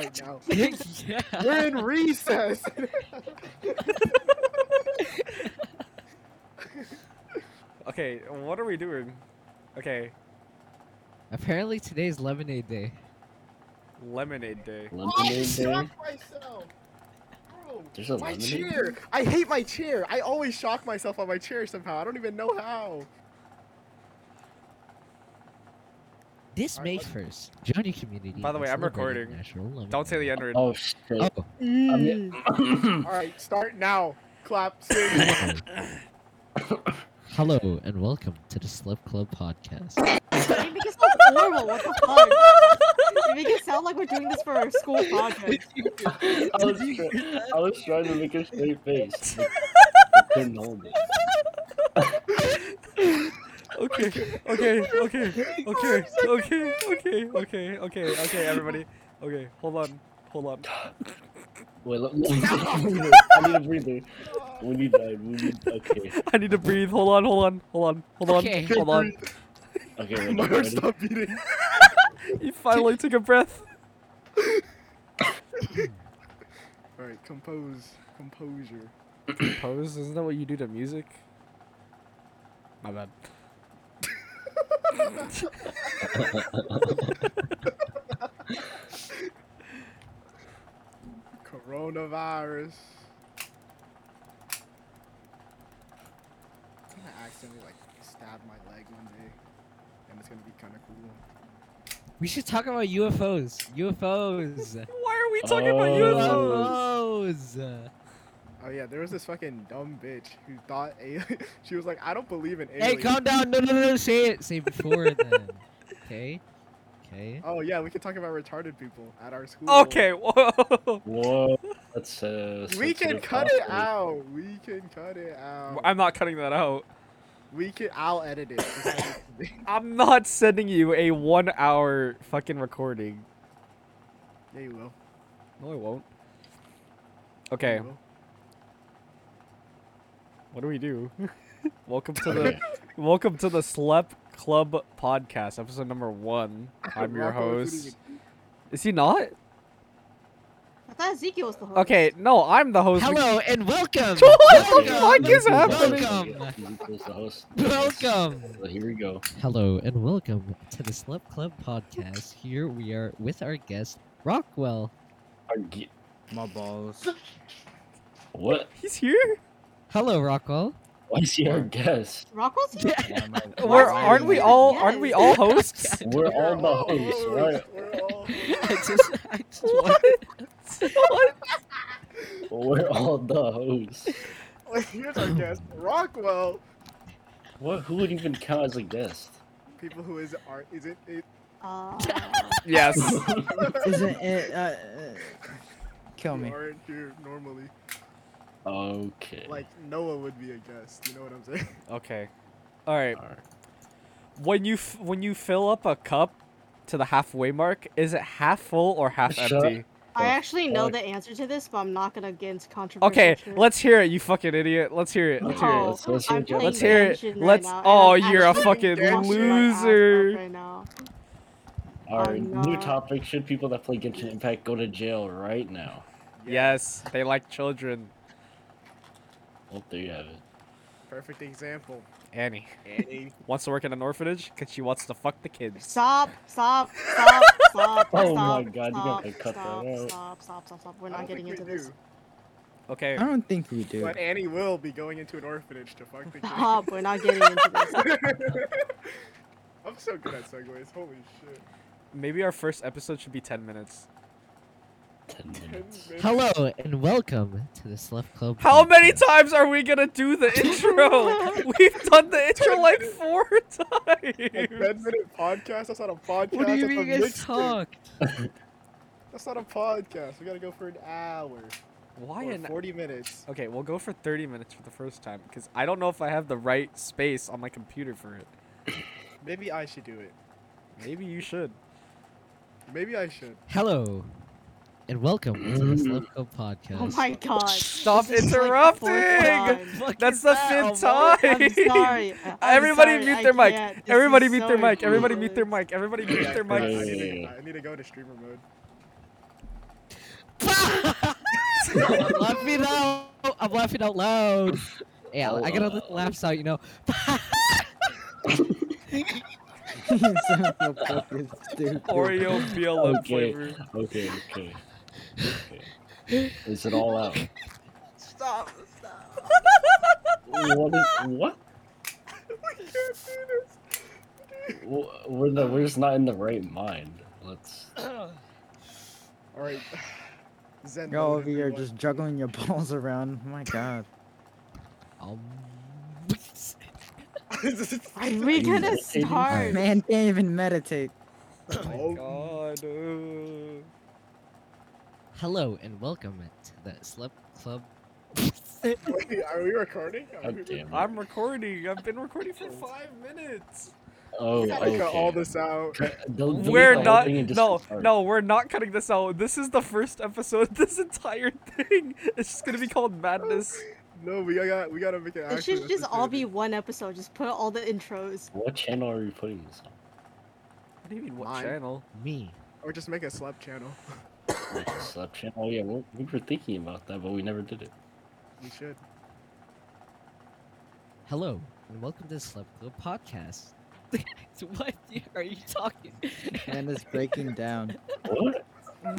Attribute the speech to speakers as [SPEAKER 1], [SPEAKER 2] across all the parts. [SPEAKER 1] right now. We're in recess.
[SPEAKER 2] Okay, what are we doing? Okay,
[SPEAKER 3] Apparently today's lemonade day.
[SPEAKER 2] lemonade day.
[SPEAKER 1] I
[SPEAKER 4] Lemonade
[SPEAKER 1] shocked
[SPEAKER 4] day?
[SPEAKER 1] myself. Bro,
[SPEAKER 4] There's a
[SPEAKER 1] my
[SPEAKER 4] lemonade
[SPEAKER 1] chair. I hate my chair. I always shock myself on my chair somehow. I don't even know how.
[SPEAKER 3] This
[SPEAKER 1] Alright,
[SPEAKER 3] May
[SPEAKER 1] let-
[SPEAKER 3] first, Johnny Community.
[SPEAKER 2] By the
[SPEAKER 3] is
[SPEAKER 2] way, I'm
[SPEAKER 3] celebrating
[SPEAKER 2] recording.
[SPEAKER 3] National Lemonade
[SPEAKER 2] Don't say the
[SPEAKER 3] Day.
[SPEAKER 2] N word.
[SPEAKER 4] Oh shit.
[SPEAKER 3] Oh,
[SPEAKER 2] Um,
[SPEAKER 1] All right, start now. Clap. Sing.
[SPEAKER 3] hello. hello and welcome to the Slip Club podcast.
[SPEAKER 5] You make it sound formal. What the fuck? You make it sound like we're doing this for our school project.
[SPEAKER 4] I, was try- I was trying to make a straight face. but I couldn't hold it.
[SPEAKER 2] Okay, okay, okay, okay, okay, okay, okay, okay, okay, everybody. Okay, hold on, hold on.
[SPEAKER 4] Wait, let me. I need a breather. We need that. We need. Okay.
[SPEAKER 2] I need to breathe. Hold on, hold on, hold on, hold on,
[SPEAKER 3] Okay.
[SPEAKER 2] hold on.
[SPEAKER 4] Okay.
[SPEAKER 1] My heart
[SPEAKER 4] Wait, ready?
[SPEAKER 1] stopped beating.
[SPEAKER 2] You finally took a breath.
[SPEAKER 1] All right, compose. Composure.
[SPEAKER 2] Compose? Isn't that what you do to music? My bad.
[SPEAKER 1] Coronavirus. I'm gonna accidentally like stab my leg one day, and it's gonna be kind of cool.
[SPEAKER 3] We should talk about UFOs. UFOs.
[SPEAKER 2] Why are we talking about
[SPEAKER 4] Oh.
[SPEAKER 2] UFOs?
[SPEAKER 3] UFOs.
[SPEAKER 1] Oh yeah, there was this fucking dumb bitch who thought a she was like, I don't believe in aliens.
[SPEAKER 3] Hey, calm down. No, no, no. Say it. Say before then. Okay. Okay.
[SPEAKER 1] Oh yeah, we could talk about retarded people at our school.
[SPEAKER 2] Okay, whoa.
[SPEAKER 4] Whoa. That's uh.
[SPEAKER 1] We can
[SPEAKER 4] sensitive
[SPEAKER 1] cut it
[SPEAKER 4] topic.
[SPEAKER 1] out. We can cut it out.
[SPEAKER 2] I'm not cutting that out.
[SPEAKER 1] we can. I'll edit it. Just send it to me.
[SPEAKER 2] I'm not sending you a one hour fucking recording.
[SPEAKER 1] yeah, you will.
[SPEAKER 2] No, I won't.
[SPEAKER 1] Yeah,
[SPEAKER 2] Okay,
[SPEAKER 1] you will.
[SPEAKER 2] what do we do? welcome to the
[SPEAKER 4] Okay.
[SPEAKER 2] welcome to the Slep Club podcast, episode number one. I'm your
[SPEAKER 1] Rocco is
[SPEAKER 2] host.
[SPEAKER 1] who
[SPEAKER 2] Is he not?
[SPEAKER 5] I thought Ezekiel was the host.
[SPEAKER 2] Okay, no, I'm the host.
[SPEAKER 3] Hello and welcome.
[SPEAKER 2] What the
[SPEAKER 3] Welcome.
[SPEAKER 2] fuck is happening?
[SPEAKER 3] Welcome.
[SPEAKER 4] Ezekiel's the host.
[SPEAKER 3] Welcome.
[SPEAKER 4] So here we go.
[SPEAKER 3] Hello and welcome to the Slip Club podcast. Here we are with our guest Rockwell.
[SPEAKER 4] Our ge-
[SPEAKER 6] My balls.
[SPEAKER 4] what?
[SPEAKER 2] He's here.
[SPEAKER 3] Hello, Rockwell.
[SPEAKER 4] Why is he our guest?
[SPEAKER 5] Rockwell's here?
[SPEAKER 6] Why am I-
[SPEAKER 5] Why
[SPEAKER 2] Where
[SPEAKER 5] is he
[SPEAKER 2] aren't we
[SPEAKER 5] here?
[SPEAKER 2] all? Aren't we
[SPEAKER 5] Yes.
[SPEAKER 2] all hosts?
[SPEAKER 4] We're
[SPEAKER 1] We're
[SPEAKER 4] all the
[SPEAKER 1] all
[SPEAKER 4] hosts, right?
[SPEAKER 1] hosts. We're all
[SPEAKER 3] I just, I just want-
[SPEAKER 2] What?
[SPEAKER 4] We're all the hosts.
[SPEAKER 1] hosts. Here's our guest, Rockwell.
[SPEAKER 4] What? Who would even count as a guest?
[SPEAKER 1] People who is are is it? it
[SPEAKER 5] Uh,
[SPEAKER 2] yes.
[SPEAKER 6] Isn't it? Uh, uh, kill
[SPEAKER 1] you
[SPEAKER 6] me.
[SPEAKER 1] aren't here normally.
[SPEAKER 4] Okay.
[SPEAKER 1] Like Noah would be a guest. You know what I'm saying?
[SPEAKER 2] Okay. All right.
[SPEAKER 4] Alright.
[SPEAKER 2] When you f- when you fill up a cup to the halfway mark, is it half full or half
[SPEAKER 4] Shut
[SPEAKER 2] empty?
[SPEAKER 5] I actually know
[SPEAKER 4] fuck?
[SPEAKER 5] the answer to this, but I'm not gonna get into controversy.
[SPEAKER 2] Okay, let's hear it. You fucking idiot. Let's hear it. Let's hear
[SPEAKER 5] Oh,
[SPEAKER 2] it.
[SPEAKER 4] Let's- let's hear
[SPEAKER 5] I'm
[SPEAKER 4] it, Joe.
[SPEAKER 5] playing
[SPEAKER 2] Let's hear it.
[SPEAKER 5] Genshin right
[SPEAKER 2] Let's-
[SPEAKER 5] now, and
[SPEAKER 2] oh,
[SPEAKER 5] I'm
[SPEAKER 2] you're a
[SPEAKER 5] actually
[SPEAKER 2] fucking
[SPEAKER 5] bashing my ass off
[SPEAKER 2] loser.
[SPEAKER 5] Right now.
[SPEAKER 4] Alright,
[SPEAKER 5] I'm
[SPEAKER 4] new
[SPEAKER 5] not-
[SPEAKER 4] topic. Should people that play Genshin Impact go to jail right now?
[SPEAKER 2] Yes, they like children.
[SPEAKER 4] Well, there you have it.
[SPEAKER 1] Perfect example.
[SPEAKER 2] Annie
[SPEAKER 1] Annie.
[SPEAKER 2] wants to work in an orphanage because she wants to fuck the kids.
[SPEAKER 5] Stop, stop, stop, stop,
[SPEAKER 4] Oh
[SPEAKER 5] stop,
[SPEAKER 4] my God, you
[SPEAKER 5] stop,
[SPEAKER 4] gotta cut that
[SPEAKER 5] stop,
[SPEAKER 4] out.
[SPEAKER 5] Stop, stop, stop, stop. We're
[SPEAKER 1] I
[SPEAKER 5] not
[SPEAKER 1] don't
[SPEAKER 5] getting
[SPEAKER 1] think
[SPEAKER 5] into
[SPEAKER 1] we
[SPEAKER 5] this.
[SPEAKER 1] do,
[SPEAKER 2] Okay.
[SPEAKER 6] I don't think we do.
[SPEAKER 1] But Annie will be going into an orphanage to fuck the kid.
[SPEAKER 5] Stop, we're not getting into this.
[SPEAKER 1] I'm so good at segues. Holy shit.
[SPEAKER 2] Maybe our first episode should be 10 minutes.
[SPEAKER 4] Ten
[SPEAKER 1] Ten
[SPEAKER 4] minutes.
[SPEAKER 1] minutes.
[SPEAKER 3] Hello and welcome to the Slip Club.
[SPEAKER 2] How many
[SPEAKER 3] podcast.
[SPEAKER 2] times are we gonna do the intro? We've done the intro like four
[SPEAKER 1] A ten
[SPEAKER 2] times.
[SPEAKER 1] minute podcast? That's not a podcast.
[SPEAKER 3] What do you
[SPEAKER 1] that's
[SPEAKER 3] mean
[SPEAKER 1] a
[SPEAKER 3] you guys
[SPEAKER 1] mixtape.
[SPEAKER 3] talk?
[SPEAKER 1] That's not a podcast. We gotta go for an hour.
[SPEAKER 2] Why
[SPEAKER 1] or
[SPEAKER 2] an
[SPEAKER 1] 40 minutes.
[SPEAKER 2] Okay, we'll go for 30 minutes for the first time because I don't know if I have the right space on my computer for it.
[SPEAKER 1] Maybe I should do it.
[SPEAKER 2] Maybe you should.
[SPEAKER 1] Maybe I should.
[SPEAKER 3] Hello and welcome to the Slip Club podcast.
[SPEAKER 5] Oh my god.
[SPEAKER 2] Stop
[SPEAKER 5] This is, Like the
[SPEAKER 2] interrupting!
[SPEAKER 5] fourth time.
[SPEAKER 3] Fuck
[SPEAKER 2] That's
[SPEAKER 3] is
[SPEAKER 2] the
[SPEAKER 3] that,
[SPEAKER 2] fifth
[SPEAKER 3] Alvaro?
[SPEAKER 2] time.
[SPEAKER 5] I'm sorry. i
[SPEAKER 2] Everybody
[SPEAKER 5] sorry.
[SPEAKER 2] mute
[SPEAKER 5] I
[SPEAKER 2] their mic.
[SPEAKER 5] can't. This
[SPEAKER 2] Everybody
[SPEAKER 5] is
[SPEAKER 2] mute
[SPEAKER 5] so
[SPEAKER 2] their mic. Everybody mute their
[SPEAKER 5] ridiculous.
[SPEAKER 2] mic. Everybody mute
[SPEAKER 1] Yeah,
[SPEAKER 2] their
[SPEAKER 1] I
[SPEAKER 2] mic.
[SPEAKER 1] need,
[SPEAKER 4] Yeah.
[SPEAKER 1] to, I need to go to streamer mode.
[SPEAKER 3] I'm laughing out. I'm laughing out loud. Yeah, I gotta let the laughs out, you know.
[SPEAKER 6] He's so fucking stupid.
[SPEAKER 2] Oreo BLM
[SPEAKER 4] Okay.
[SPEAKER 2] flavor.
[SPEAKER 4] Okay, okay. okay. Is it all out?
[SPEAKER 5] Stop. Stop.
[SPEAKER 4] What? Is, what? Wh- We're, the, we're just not in the right mind. Let's.
[SPEAKER 1] All right. Zen.
[SPEAKER 6] Go
[SPEAKER 1] mode,
[SPEAKER 6] over here,
[SPEAKER 1] everyone.
[SPEAKER 6] just juggling your balls around. Oh my god.
[SPEAKER 3] Um,
[SPEAKER 5] I we gonna
[SPEAKER 4] looking?
[SPEAKER 5] start.
[SPEAKER 6] Man can't even meditate.
[SPEAKER 1] Oh,
[SPEAKER 2] God.
[SPEAKER 4] Mm.
[SPEAKER 2] uh.
[SPEAKER 3] hello and welcome to the Slip Club.
[SPEAKER 1] wait, are we recording? Are we
[SPEAKER 4] God damn it.
[SPEAKER 2] I'm recording. I've been recording for five minutes.
[SPEAKER 4] Oh,
[SPEAKER 1] I gotta
[SPEAKER 4] okay.
[SPEAKER 1] cut all this out.
[SPEAKER 4] Cut- del- delete
[SPEAKER 2] We're
[SPEAKER 4] uh, the whole
[SPEAKER 2] not.
[SPEAKER 4] thing and just
[SPEAKER 2] No,
[SPEAKER 4] start.
[SPEAKER 2] no, we're not cutting this out. This is the first episode. This entire thing is just gonna be called madness.
[SPEAKER 1] Oh No, we gotta we gotta make it.
[SPEAKER 5] It should just all be one episode. Just put all the intros.
[SPEAKER 4] What channel are we putting this on?
[SPEAKER 2] What do you mean, what
[SPEAKER 1] Mine.
[SPEAKER 2] channel?
[SPEAKER 3] Me.
[SPEAKER 1] Or just make a slap channel.
[SPEAKER 4] Like, Slap channel? Oh, yeah, we we were thinking about that, but we never did it.
[SPEAKER 1] We should.
[SPEAKER 3] Hello and welcome to the Slip Club podcast. what are you talking?
[SPEAKER 6] Man is breaking down.
[SPEAKER 4] What?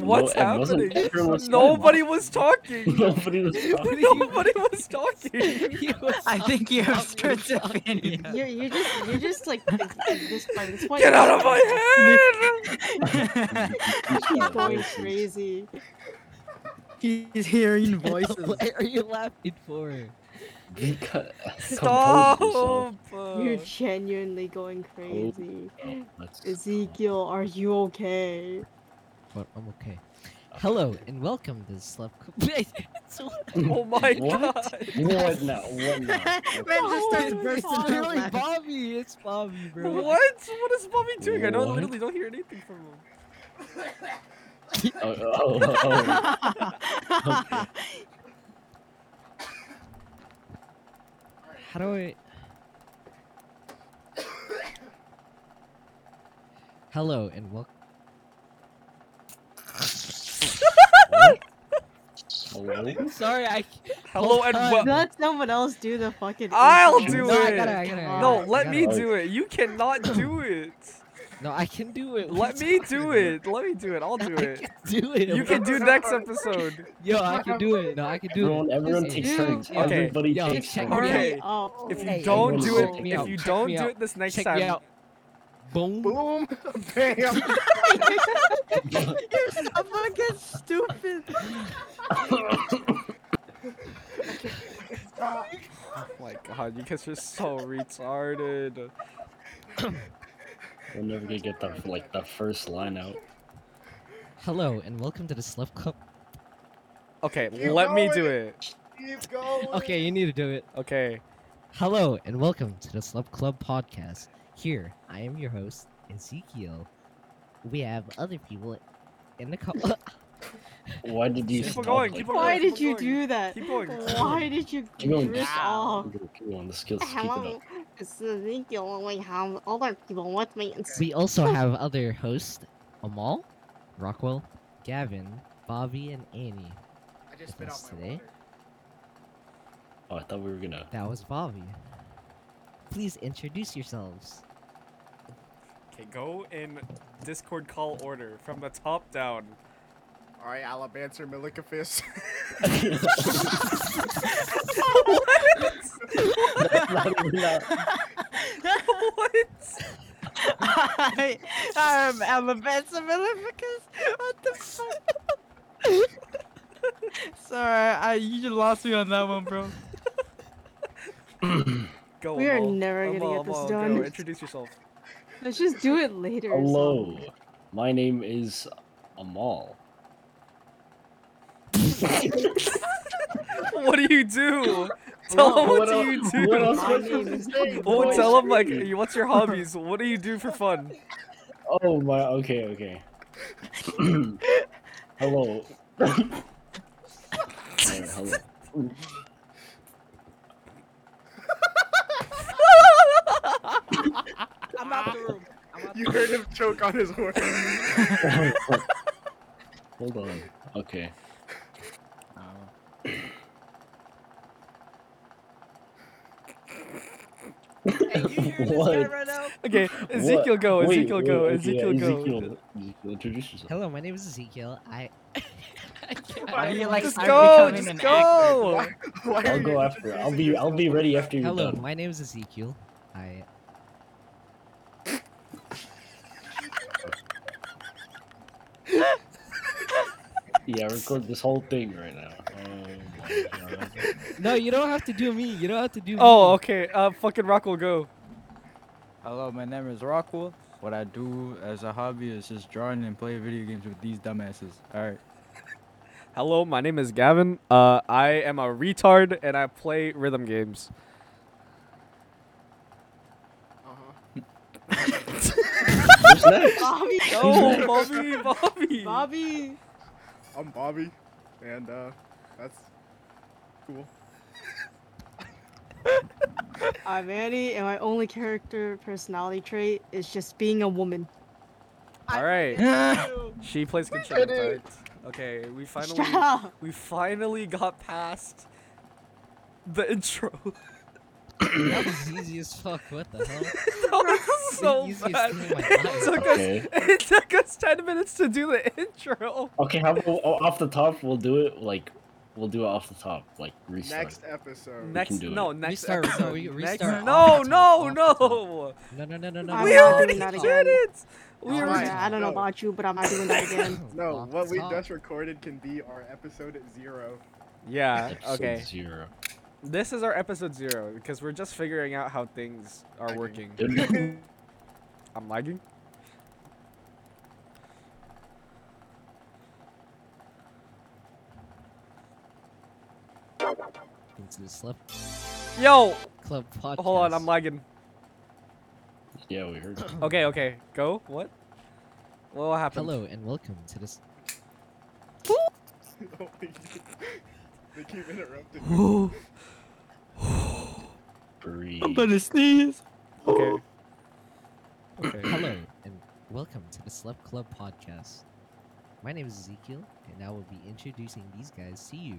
[SPEAKER 2] What's
[SPEAKER 4] it wasn't-
[SPEAKER 2] happening?
[SPEAKER 4] everyone was
[SPEAKER 2] Nobody was talking.
[SPEAKER 4] Nobody was talking.
[SPEAKER 2] Nobody was talking.
[SPEAKER 3] He was
[SPEAKER 6] I think you have
[SPEAKER 3] talking about me.
[SPEAKER 6] schizophrenia.
[SPEAKER 5] You're you're just you're just like this by this point.
[SPEAKER 2] Get out of my head!
[SPEAKER 5] Keep going crazy.
[SPEAKER 6] He's hearing voices.
[SPEAKER 3] What are you laughing for?
[SPEAKER 4] Because,
[SPEAKER 2] Stop! Oh
[SPEAKER 5] You're genuinely going crazy.
[SPEAKER 4] Let's,
[SPEAKER 5] Oh. Ezekiel, are you okay?
[SPEAKER 3] But I'm okay. Hello and welcome to the Slip Club.
[SPEAKER 2] Oh my
[SPEAKER 4] What?
[SPEAKER 2] god.
[SPEAKER 4] What now? What now?
[SPEAKER 6] Man just starts
[SPEAKER 5] Oh,
[SPEAKER 6] bursting
[SPEAKER 5] it's
[SPEAKER 6] out
[SPEAKER 3] Really,
[SPEAKER 6] laughing.
[SPEAKER 3] Bobby? It's Bobby, bro.
[SPEAKER 2] What? What is Bobby doing? I don't
[SPEAKER 4] What?
[SPEAKER 2] literally don't hear anything from him.
[SPEAKER 4] Oh, oh, oh, oh.
[SPEAKER 3] How do I? Hello and welcome.
[SPEAKER 4] What? oh, Hello?
[SPEAKER 3] Sorry, I.
[SPEAKER 2] Hello and
[SPEAKER 3] on.
[SPEAKER 2] welcome.
[SPEAKER 5] Let someone else do the fucking.
[SPEAKER 2] I'll
[SPEAKER 5] intro.
[SPEAKER 2] do
[SPEAKER 3] no, I
[SPEAKER 2] it.
[SPEAKER 3] gotta, I gotta, I
[SPEAKER 2] No,
[SPEAKER 3] gotta- I
[SPEAKER 2] let me
[SPEAKER 3] gotta-
[SPEAKER 2] do it. You cannot do it.
[SPEAKER 3] No, I can do it. What
[SPEAKER 2] Let
[SPEAKER 3] are
[SPEAKER 2] me
[SPEAKER 3] you
[SPEAKER 2] do
[SPEAKER 3] talking
[SPEAKER 2] it. Let me do it. I'll do
[SPEAKER 3] about? I
[SPEAKER 2] it.
[SPEAKER 3] can do it.
[SPEAKER 2] You can do next episode.
[SPEAKER 3] Yo, I can do it. No, I can do
[SPEAKER 4] Everyone,
[SPEAKER 3] it.
[SPEAKER 4] everyone
[SPEAKER 3] Listen,
[SPEAKER 4] takes turns.
[SPEAKER 3] yo,
[SPEAKER 4] Everybody
[SPEAKER 3] yo,
[SPEAKER 4] takes
[SPEAKER 3] check
[SPEAKER 4] turns.
[SPEAKER 3] me out.
[SPEAKER 2] Okay.
[SPEAKER 5] Oh.
[SPEAKER 2] If
[SPEAKER 3] Hey,
[SPEAKER 2] you don't
[SPEAKER 4] everyone
[SPEAKER 2] do
[SPEAKER 4] check
[SPEAKER 2] it,
[SPEAKER 4] me
[SPEAKER 2] if
[SPEAKER 4] out,
[SPEAKER 2] you
[SPEAKER 3] check
[SPEAKER 2] don't
[SPEAKER 3] me
[SPEAKER 2] do
[SPEAKER 3] out,
[SPEAKER 2] it this next
[SPEAKER 3] Check me
[SPEAKER 2] time,
[SPEAKER 3] out. Boom.
[SPEAKER 1] Boom! Bam!
[SPEAKER 6] You're so fucking stupid.
[SPEAKER 2] oh my god, you guys are so retarded.
[SPEAKER 4] We're never gonna get the like the first line out.
[SPEAKER 3] Hello and welcome to the Slip Club.
[SPEAKER 2] Okay,
[SPEAKER 1] Keep
[SPEAKER 2] let me
[SPEAKER 1] going.
[SPEAKER 2] do it.
[SPEAKER 1] Keep going.
[SPEAKER 3] Okay, you need to do it.
[SPEAKER 2] Okay.
[SPEAKER 3] Hello and welcome to the Slump Club podcast. Here, I am your host, Ezekiel. We have other people in the co-
[SPEAKER 4] Why did you
[SPEAKER 2] Keep
[SPEAKER 4] stop?
[SPEAKER 2] going,
[SPEAKER 4] like
[SPEAKER 2] keep
[SPEAKER 5] Why
[SPEAKER 2] going.
[SPEAKER 4] that?
[SPEAKER 5] did you do that?
[SPEAKER 2] Keep going.
[SPEAKER 5] Why did you
[SPEAKER 4] Keep going.
[SPEAKER 5] drift off?
[SPEAKER 4] Keep on the skills. Keep it
[SPEAKER 5] Hello,
[SPEAKER 4] up.
[SPEAKER 5] it's Ezekiel. and We have other people with me. and
[SPEAKER 3] we also have other hosts, Amal, Rockwell, Gavin, Bobby, and Annie.
[SPEAKER 1] I just spit out my
[SPEAKER 3] Today?
[SPEAKER 1] water.
[SPEAKER 4] Oh, I thought we were gonna.
[SPEAKER 3] That was Bobby. Please introduce yourselves.
[SPEAKER 2] Okay, go in Discord call order from the top down.
[SPEAKER 1] All right, Alabancer Milikafis.
[SPEAKER 2] What?
[SPEAKER 6] I um, am a Bensabilificus. What the fuck? Sorry, I you just lost me on that one, bro.
[SPEAKER 2] Go.
[SPEAKER 5] We are
[SPEAKER 2] Amal.
[SPEAKER 5] never gonna
[SPEAKER 2] Amal,
[SPEAKER 5] get this
[SPEAKER 2] Amal, Go.
[SPEAKER 5] done.
[SPEAKER 2] Introduce yourself.
[SPEAKER 5] Let's just do it later. or
[SPEAKER 4] Hello,
[SPEAKER 5] something.
[SPEAKER 4] my name is Amal.
[SPEAKER 2] What do you do? Tell
[SPEAKER 6] Oh,
[SPEAKER 2] them what,
[SPEAKER 4] el-
[SPEAKER 2] do you do.
[SPEAKER 4] What else
[SPEAKER 5] My
[SPEAKER 4] was
[SPEAKER 5] name
[SPEAKER 4] his
[SPEAKER 5] is
[SPEAKER 4] name?
[SPEAKER 2] Oh,
[SPEAKER 4] Voice
[SPEAKER 2] tell them like,
[SPEAKER 4] read.
[SPEAKER 2] you- what's your hobbies? What do you do for fun?
[SPEAKER 4] Oh my. Okay. Okay. hello. Alright, hello.
[SPEAKER 6] I'm out the room.
[SPEAKER 1] You heard him choke on his horse.
[SPEAKER 4] Hold on. Okay.
[SPEAKER 3] I don't know.
[SPEAKER 6] Hey, you hear this guy
[SPEAKER 4] What?
[SPEAKER 6] right now?
[SPEAKER 2] Okay, Ezekiel
[SPEAKER 4] What?
[SPEAKER 2] go,
[SPEAKER 4] Wait,
[SPEAKER 2] Ezekiel
[SPEAKER 4] wait,
[SPEAKER 2] go,
[SPEAKER 4] okay,
[SPEAKER 2] Ezekiel
[SPEAKER 4] yeah,
[SPEAKER 2] go.
[SPEAKER 4] Ezekiel, Ezekiel, introduce yourself.
[SPEAKER 3] Hello, my name is Ezekiel. I.
[SPEAKER 6] Why are you like
[SPEAKER 2] Just
[SPEAKER 6] I'm
[SPEAKER 2] go,
[SPEAKER 6] becoming
[SPEAKER 2] just
[SPEAKER 6] an
[SPEAKER 2] go.
[SPEAKER 6] actor?
[SPEAKER 1] Why are
[SPEAKER 4] I'll
[SPEAKER 1] you Uh-huh.
[SPEAKER 4] go after. I'll be.
[SPEAKER 1] introducing
[SPEAKER 4] I'll be
[SPEAKER 1] yourself?
[SPEAKER 4] ready after you're
[SPEAKER 3] Hello,
[SPEAKER 4] done.
[SPEAKER 3] my name is Ezekiel. I.
[SPEAKER 4] Yeah, record this whole thing right now. Oh my god.
[SPEAKER 3] No, you don't have to do me. You don't have to do.
[SPEAKER 2] Oh,
[SPEAKER 3] me.
[SPEAKER 2] okay. Uh, fucking Rock will go.
[SPEAKER 7] Hello, my name is Rockwell. What I do as a hobby is just drawing and play video games with these dumbasses. All right.
[SPEAKER 2] Hello, my name is Gavin. Uh, I am a retard and I play rhythm games.
[SPEAKER 1] Uh-huh.
[SPEAKER 4] What's next?
[SPEAKER 2] Oh,
[SPEAKER 5] Bobby.
[SPEAKER 2] No, Bobby, Bobby.
[SPEAKER 5] Bobby.
[SPEAKER 1] I'm Bobby, and uh, that's cool.
[SPEAKER 5] I'm Annie, and my only character personality trait is just being a woman.
[SPEAKER 2] All right.
[SPEAKER 6] Ew.
[SPEAKER 2] She plays concerto. Okay, we finally
[SPEAKER 5] Shut up.
[SPEAKER 2] we finally got past the intro.
[SPEAKER 3] that was easy as fuck. What the hell?
[SPEAKER 2] that was so
[SPEAKER 3] easiest
[SPEAKER 2] bad.
[SPEAKER 3] thing in my
[SPEAKER 2] It
[SPEAKER 3] life.
[SPEAKER 2] took
[SPEAKER 4] Okay.
[SPEAKER 2] us it took us ten minutes to do the intro.
[SPEAKER 4] Okay, how about oh, off the top? We'll do it like we'll do it off the top, like restart.
[SPEAKER 1] Next episode.
[SPEAKER 2] Next
[SPEAKER 4] do it.
[SPEAKER 2] no next
[SPEAKER 3] Restart, no,
[SPEAKER 2] episode.
[SPEAKER 3] we-
[SPEAKER 2] next,
[SPEAKER 3] restart
[SPEAKER 2] no
[SPEAKER 3] off the
[SPEAKER 2] no
[SPEAKER 3] top, off the top. No, no,
[SPEAKER 2] no.
[SPEAKER 3] no, no, no.
[SPEAKER 5] I'm
[SPEAKER 2] We
[SPEAKER 5] not
[SPEAKER 2] already
[SPEAKER 5] doing that
[SPEAKER 2] did
[SPEAKER 5] again.
[SPEAKER 2] it. We
[SPEAKER 1] All
[SPEAKER 5] Yeah,
[SPEAKER 2] already
[SPEAKER 1] right.
[SPEAKER 5] I don't know
[SPEAKER 1] No.
[SPEAKER 5] about you, but I'm not doing that again.
[SPEAKER 1] No,
[SPEAKER 3] Off
[SPEAKER 1] what
[SPEAKER 3] the
[SPEAKER 1] we
[SPEAKER 3] top.
[SPEAKER 1] just recorded can be our episode at zero.
[SPEAKER 2] Yeah.
[SPEAKER 4] Episode
[SPEAKER 2] uh, Okay.
[SPEAKER 4] Zero.
[SPEAKER 2] This is our episode zero because we're just figuring out how things are working.
[SPEAKER 4] Dude,
[SPEAKER 2] I'm lagging.
[SPEAKER 3] Into the Slip
[SPEAKER 2] Yo,
[SPEAKER 3] Club podcast.
[SPEAKER 2] hold on, I'm lagging.
[SPEAKER 4] yeah, we heard. you.
[SPEAKER 2] Okay, okay, go. What? What happened?
[SPEAKER 3] Hello and welcome to this.
[SPEAKER 1] they keep interrupting. me.
[SPEAKER 2] Hello.
[SPEAKER 4] Breathe.
[SPEAKER 7] sneeze.
[SPEAKER 2] okay. Okay.
[SPEAKER 3] Hello and welcome to the Slip Club podcast. My name is Ezekiel, and I will be introducing these guys to you.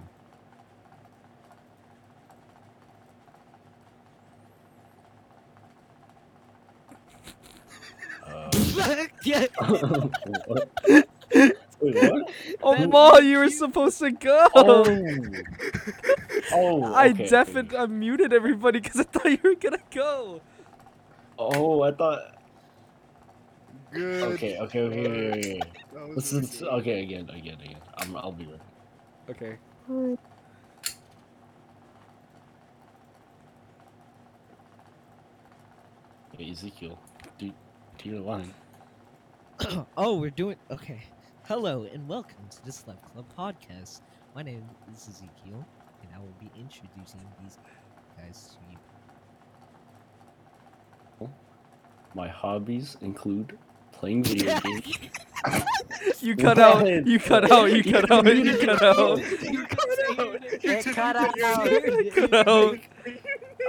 [SPEAKER 4] Uh,
[SPEAKER 3] Yeah.
[SPEAKER 4] what? Wait, what?
[SPEAKER 2] Oh, Ma, you were supposed to go.
[SPEAKER 4] Oh. Oh.
[SPEAKER 2] I
[SPEAKER 4] okay, okay.
[SPEAKER 2] deafened. I muted everybody because I thought you were gonna go.
[SPEAKER 4] Oh, I thought.
[SPEAKER 1] Good.
[SPEAKER 4] Okay, okay, okay, okay, okay. okay.
[SPEAKER 1] That was
[SPEAKER 4] Let's,
[SPEAKER 1] really
[SPEAKER 4] let's-
[SPEAKER 1] good.
[SPEAKER 4] okay, again, again, again. I'm, I'll be ready.
[SPEAKER 2] Okay.
[SPEAKER 4] Hey, Ezekiel, do, do your line.
[SPEAKER 3] oh, we're doing okay. Hello and welcome to the Slap Club podcast. My name is Ezekiel, and I will be introducing these guys to you.
[SPEAKER 4] My hobbies include playing video games.
[SPEAKER 2] You cut out.
[SPEAKER 4] Ryan.
[SPEAKER 2] You cut out. You cut out. You cut out.
[SPEAKER 6] It cut out.
[SPEAKER 2] It cut
[SPEAKER 3] Oh.
[SPEAKER 2] out.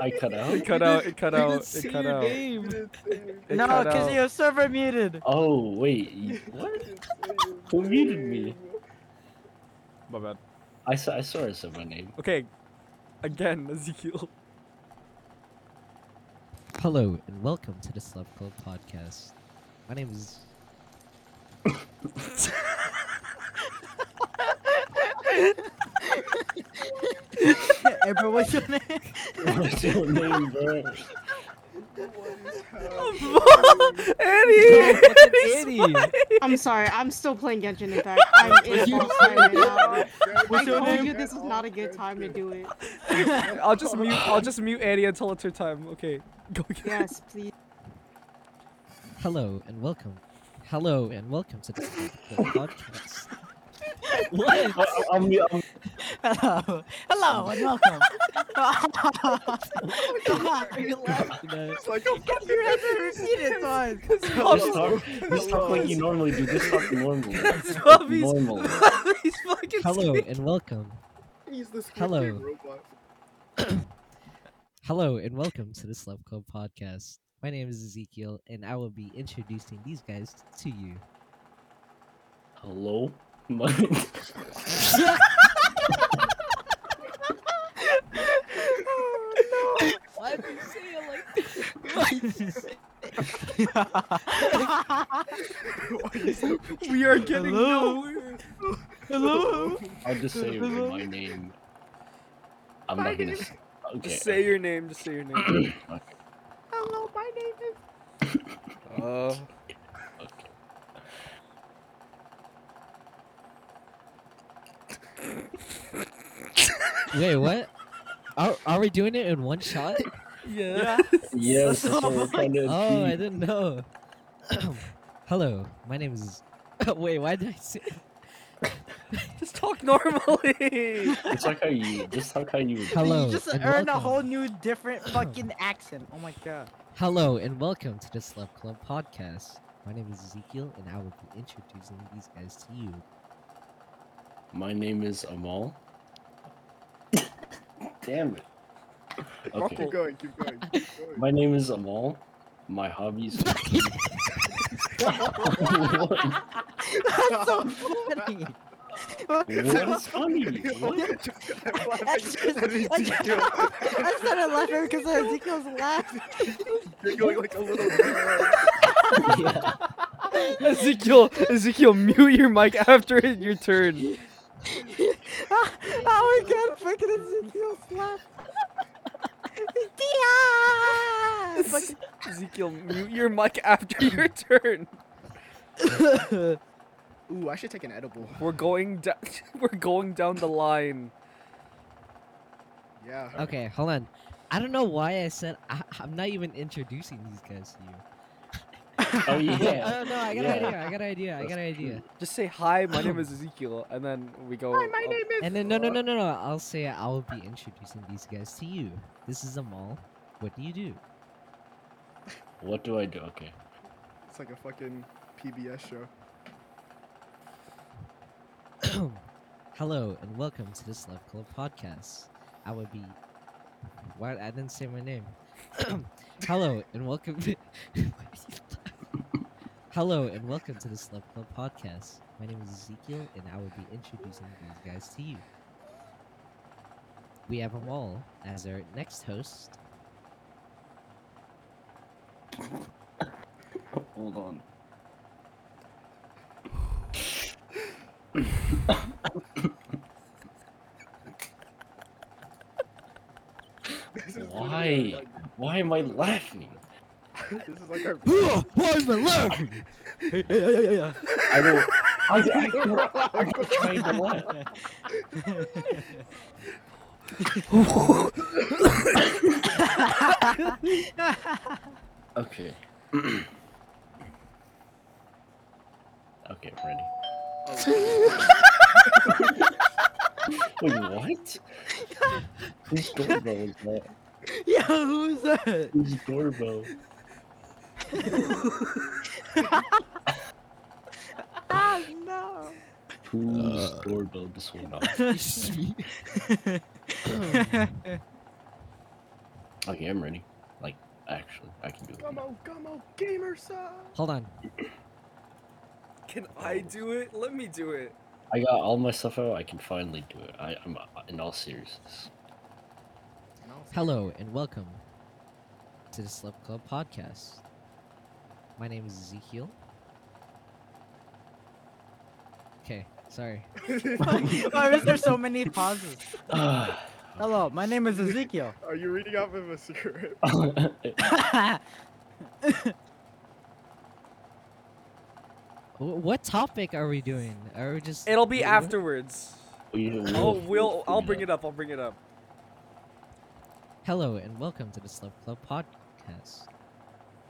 [SPEAKER 4] I cut out.
[SPEAKER 2] It cut out. It cut out. It cut out. It
[SPEAKER 1] You didn't say it.
[SPEAKER 2] cut
[SPEAKER 6] No,
[SPEAKER 2] out.
[SPEAKER 6] because your server muted.
[SPEAKER 4] Oh wait, you- what?
[SPEAKER 1] You didn't say it.
[SPEAKER 4] Who muted me?
[SPEAKER 2] My bad.
[SPEAKER 4] I saw. I saw I said my name.
[SPEAKER 2] Okay. Again, Ezekiel.
[SPEAKER 3] Hello and welcome to the Slap Club podcast. My name is
[SPEAKER 6] hey, bro, what's your name?
[SPEAKER 4] What's your name, bro?
[SPEAKER 1] What is
[SPEAKER 2] Eddie. Eddie's
[SPEAKER 3] Eddie.
[SPEAKER 2] smiling.
[SPEAKER 5] I'm sorry, I'm still playing Genshin Impact. I'm in a
[SPEAKER 1] You
[SPEAKER 5] boss fight right now.
[SPEAKER 1] happening? Good. Good.
[SPEAKER 5] I told you
[SPEAKER 1] Good.
[SPEAKER 5] this was not a good
[SPEAKER 1] Good.
[SPEAKER 5] time to do it.
[SPEAKER 2] I'll just mute. I'll just mute Eddie until it's her time. Okay. Go again.
[SPEAKER 5] Yes, please.
[SPEAKER 3] Hello and welcome. Hello and welcome to the Slap Club podcast. what?
[SPEAKER 4] I, I'm, I'm,
[SPEAKER 6] Hello. Hello
[SPEAKER 3] Um,
[SPEAKER 6] and welcome. you
[SPEAKER 1] It's like a fucking
[SPEAKER 6] had to repeat it twice.
[SPEAKER 4] just talk. Just talk like you normally do. Just talk normally.
[SPEAKER 2] It's Bobby's-
[SPEAKER 4] Normally.
[SPEAKER 2] He's fucking
[SPEAKER 3] Hello and welcome.
[SPEAKER 1] He's the Squid
[SPEAKER 3] Hello.
[SPEAKER 1] Game robot.
[SPEAKER 3] Hello and welcome to the Slap Club podcast. My name is Ezekiel, and I will be introducing these guys to you.
[SPEAKER 4] Hello. My-
[SPEAKER 2] we are getting
[SPEAKER 6] Hello?
[SPEAKER 2] nowhere.
[SPEAKER 6] Hello?
[SPEAKER 4] I'll just say my name. I'm
[SPEAKER 1] My
[SPEAKER 4] not gonna.
[SPEAKER 1] name-
[SPEAKER 4] s- Okay.
[SPEAKER 2] Just say your name. Just say your name.
[SPEAKER 4] Okay.
[SPEAKER 1] Hello, my name is.
[SPEAKER 2] uh,
[SPEAKER 4] Okay.
[SPEAKER 3] Wait, what? Are, are we doing it in one shot?
[SPEAKER 2] yeah.
[SPEAKER 4] Yes. that's what we're trying to
[SPEAKER 3] Oh, I
[SPEAKER 4] achieve.
[SPEAKER 3] didn't know. Hello, my name is. Wait, why did I say?
[SPEAKER 2] Just talk normally.
[SPEAKER 4] Just like how you. Just like how you.
[SPEAKER 3] Hello.
[SPEAKER 2] Oh,
[SPEAKER 6] You just
[SPEAKER 3] and
[SPEAKER 6] earned a
[SPEAKER 3] welcome.
[SPEAKER 6] whole new different fucking accent. Oh my god.
[SPEAKER 3] Hello and welcome to the Slub Club podcast. My name is Ezekiel, and I will be introducing these guys to you.
[SPEAKER 4] My name is Amal. Damn it. Okay.
[SPEAKER 1] Keep going, keep going, keep going.
[SPEAKER 4] My name is Amal. My hobbies. are- what?
[SPEAKER 6] That's so funny. What-
[SPEAKER 4] What is funny? What?
[SPEAKER 1] I'm laughing
[SPEAKER 6] I just-
[SPEAKER 1] at
[SPEAKER 6] I just-
[SPEAKER 1] Ezekiel
[SPEAKER 6] I started laughing because of Ezekiel's laugh.
[SPEAKER 1] giggling like a little girl.
[SPEAKER 4] Yeah.
[SPEAKER 2] Ezekiel, Ezekiel, mute your mic after your turn.
[SPEAKER 6] oh my god, fucking Ezekiel's laugh. Dia! Fucking-
[SPEAKER 2] Ezekiel, mute your mic after your turn.
[SPEAKER 1] Ooh, I should take an edible.
[SPEAKER 2] We're going down. We're going down the line.
[SPEAKER 1] Yeah.
[SPEAKER 3] Okay, hold on. I don't know why I said I, I'm not even introducing these guys to you.
[SPEAKER 4] Oh
[SPEAKER 3] I
[SPEAKER 4] yeah.
[SPEAKER 3] don't know. I got
[SPEAKER 4] Yeah.
[SPEAKER 3] an idea. I got an idea. I
[SPEAKER 4] That's
[SPEAKER 3] got an idea.
[SPEAKER 2] Just say hi. My name is Ezekiel, and then we go.
[SPEAKER 1] Hi, my
[SPEAKER 2] up.
[SPEAKER 1] name is.
[SPEAKER 3] And then no, no, no, no, no. I'll say I will be introducing these guys to you. This is Amal. What do you do?
[SPEAKER 4] What do I do? Okay.
[SPEAKER 1] It's like a fucking PBS show.
[SPEAKER 3] Hello and welcome to the Slub Club podcast. I would be. Why I didn't say my name. Hello and welcome. To... Hello and welcome to the Slub Club podcast. My name is Ezekiel, and I will be introducing these guys to you. We have Amal as our next host.
[SPEAKER 4] Hold on.
[SPEAKER 1] This is literally
[SPEAKER 4] Why? Why am I laughing?
[SPEAKER 1] Like, this is like our.
[SPEAKER 4] I don't. I, I, I, I'm not trying to laugh. Okay. okay, I'm ready. Wait, what? Whose doorbell is that?
[SPEAKER 6] Yo, who's that?
[SPEAKER 4] Whose doorbell?
[SPEAKER 2] Ah,
[SPEAKER 6] Oh no.
[SPEAKER 4] Whose doorbell just went off? Okay, I'm ready. Like, actually, I can do it. now.
[SPEAKER 1] Gummo, gummo, gamer sub.
[SPEAKER 3] Hold on.
[SPEAKER 2] Can I do it? Let me do it.
[SPEAKER 4] I got all my stuff out. I can finally do it. I, I'm uh, in all seriousness.
[SPEAKER 3] Hello and welcome to the Slub Club podcast. My name is Ezekiel. Okay, sorry.
[SPEAKER 6] Why is there so many pauses?
[SPEAKER 4] Ah.
[SPEAKER 6] Hello, my name is Ezekiel.
[SPEAKER 1] Are you reading off of a script?
[SPEAKER 3] Wh- what topic are we doing? Are we just?
[SPEAKER 2] It'll be
[SPEAKER 3] wh-
[SPEAKER 2] afterwards.
[SPEAKER 4] We- we'll-
[SPEAKER 2] Oh, we'll. I'll
[SPEAKER 4] figure
[SPEAKER 2] bring it up. I'll bring it up.
[SPEAKER 3] Hello and welcome to the Slub Club podcast.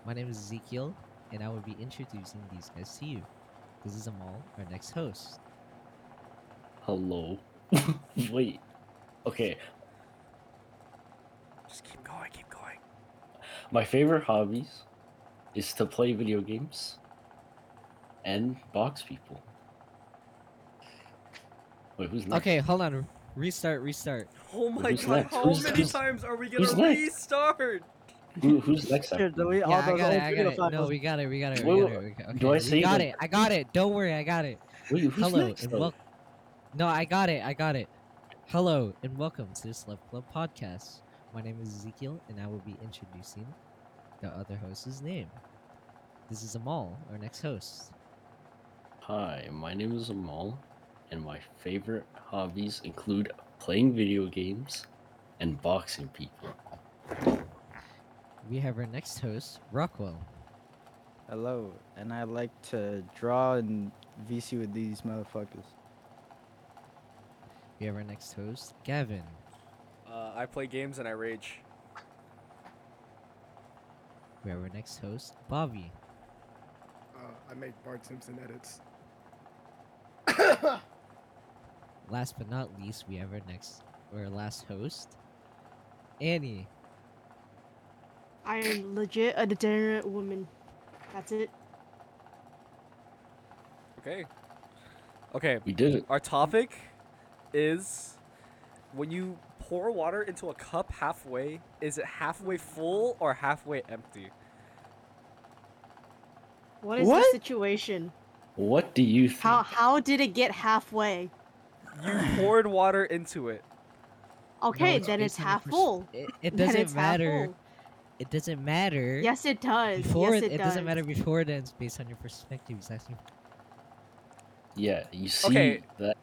[SPEAKER 3] My name is Ezekiel, and I will be introducing these guys to you. This is Amal, our next host.
[SPEAKER 4] Hello. Wait. Okay.
[SPEAKER 2] Just keep going. Keep going.
[SPEAKER 4] My favorite hobbies is to play video games and box people. Wait, who's next?
[SPEAKER 3] Okay, hold on. Restart. Restart.
[SPEAKER 2] Oh my
[SPEAKER 4] Who's
[SPEAKER 2] god!
[SPEAKER 4] next?
[SPEAKER 2] How
[SPEAKER 4] Who's
[SPEAKER 2] many
[SPEAKER 4] next?
[SPEAKER 2] times are we gonna
[SPEAKER 4] Who's next?
[SPEAKER 2] restart?
[SPEAKER 4] Who, who's next?
[SPEAKER 6] Here,
[SPEAKER 4] after me?
[SPEAKER 6] delete all
[SPEAKER 3] Yeah, I
[SPEAKER 6] those
[SPEAKER 3] got
[SPEAKER 6] old
[SPEAKER 3] it. I
[SPEAKER 6] video
[SPEAKER 3] got it. No,
[SPEAKER 6] files.
[SPEAKER 3] we got it. We got it. We
[SPEAKER 4] Wait,
[SPEAKER 3] got
[SPEAKER 4] wait,
[SPEAKER 3] it. We got,
[SPEAKER 4] do I
[SPEAKER 3] okay,
[SPEAKER 4] say
[SPEAKER 3] we got
[SPEAKER 4] the-
[SPEAKER 3] it. I got it. Don't worry. I got it.
[SPEAKER 4] Wait, who's
[SPEAKER 3] Hello
[SPEAKER 4] next?
[SPEAKER 3] and
[SPEAKER 4] though?
[SPEAKER 3] welcome. No, I got it. I got it. Hello and welcome to the Love Club podcast. My name is Ezekiel, and I will be introducing the other host's name. This is Amal, our next host.
[SPEAKER 4] Hi, my name is Amal, and my favorite hobbies include playing video games and boxing people.
[SPEAKER 3] We have our next host, Rockwell.
[SPEAKER 7] Hello, and I like to draw and VC with these motherfuckers.
[SPEAKER 3] We have our next host, Gavin.
[SPEAKER 2] Uh, I play games and I rage.
[SPEAKER 3] We have our next host, Bobby.
[SPEAKER 1] Uh, I make Bart Simpson edits.
[SPEAKER 3] Last but not least, we have our next or our last host, Annie.
[SPEAKER 5] I am legit a degenerate woman. That's it.
[SPEAKER 2] Okay. Okay.
[SPEAKER 4] We did it.
[SPEAKER 2] Our topic is when you pour water into a cup halfway, is it halfway full or halfway empty?
[SPEAKER 5] What is
[SPEAKER 6] What?
[SPEAKER 5] the situation?
[SPEAKER 4] What do you think?
[SPEAKER 5] How how did it get halfway?
[SPEAKER 2] You poured water into it.
[SPEAKER 5] Okay,
[SPEAKER 3] No, it's
[SPEAKER 5] then
[SPEAKER 3] based
[SPEAKER 5] it's
[SPEAKER 3] on the
[SPEAKER 5] half
[SPEAKER 3] pers-
[SPEAKER 5] full.
[SPEAKER 3] It, it
[SPEAKER 5] Then
[SPEAKER 3] doesn't
[SPEAKER 5] it's half
[SPEAKER 3] matter.
[SPEAKER 5] full.
[SPEAKER 3] It doesn't matter.
[SPEAKER 5] Yes, it does.
[SPEAKER 3] Before
[SPEAKER 5] yes,
[SPEAKER 3] it,
[SPEAKER 5] it, does.
[SPEAKER 3] doesn't matter before it ends based on your perspective. He's asking.
[SPEAKER 4] Yeah, you see
[SPEAKER 2] Okay.
[SPEAKER 4] that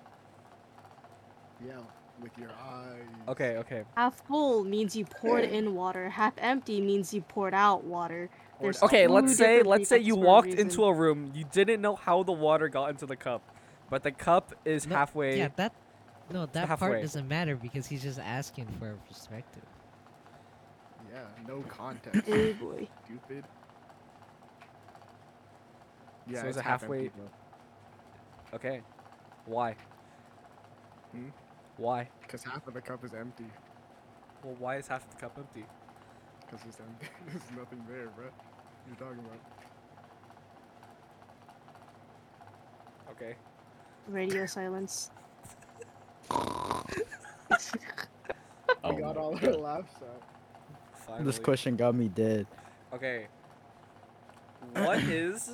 [SPEAKER 1] Yell with your eyes.
[SPEAKER 2] Okay, okay.
[SPEAKER 5] Half full means you poured in water. Half empty means you poured out water. There's
[SPEAKER 2] Okay,
[SPEAKER 5] two
[SPEAKER 2] let's say
[SPEAKER 5] different
[SPEAKER 2] let's say
[SPEAKER 5] meanings
[SPEAKER 2] you
[SPEAKER 5] for a
[SPEAKER 2] walked
[SPEAKER 5] reason.
[SPEAKER 2] into a room, you didn't know how the water got into the cup, but the cup is
[SPEAKER 3] No,
[SPEAKER 2] halfway.
[SPEAKER 3] Yeah, that. No, that
[SPEAKER 2] halfway.
[SPEAKER 3] part doesn't matter because he's just asking for a perspective.
[SPEAKER 1] Yeah, no context.
[SPEAKER 5] Oh boy.
[SPEAKER 1] Stupid.
[SPEAKER 2] So
[SPEAKER 1] it's
[SPEAKER 2] is it
[SPEAKER 1] half
[SPEAKER 2] halfway-
[SPEAKER 1] empty, bro.
[SPEAKER 2] Okay. Why?
[SPEAKER 1] Hmm?
[SPEAKER 2] Why?
[SPEAKER 1] Cause half of the cup is empty.
[SPEAKER 2] Well, why is half the cup empty?
[SPEAKER 1] Cause it's empty. There's nothing there, bro. You're talking about.
[SPEAKER 2] Okay.
[SPEAKER 5] Radio silence.
[SPEAKER 4] oh
[SPEAKER 1] we got
[SPEAKER 4] my
[SPEAKER 1] all
[SPEAKER 4] God.
[SPEAKER 1] our laughs out.
[SPEAKER 2] Finally.
[SPEAKER 7] This question got me dead.
[SPEAKER 2] Okay. What is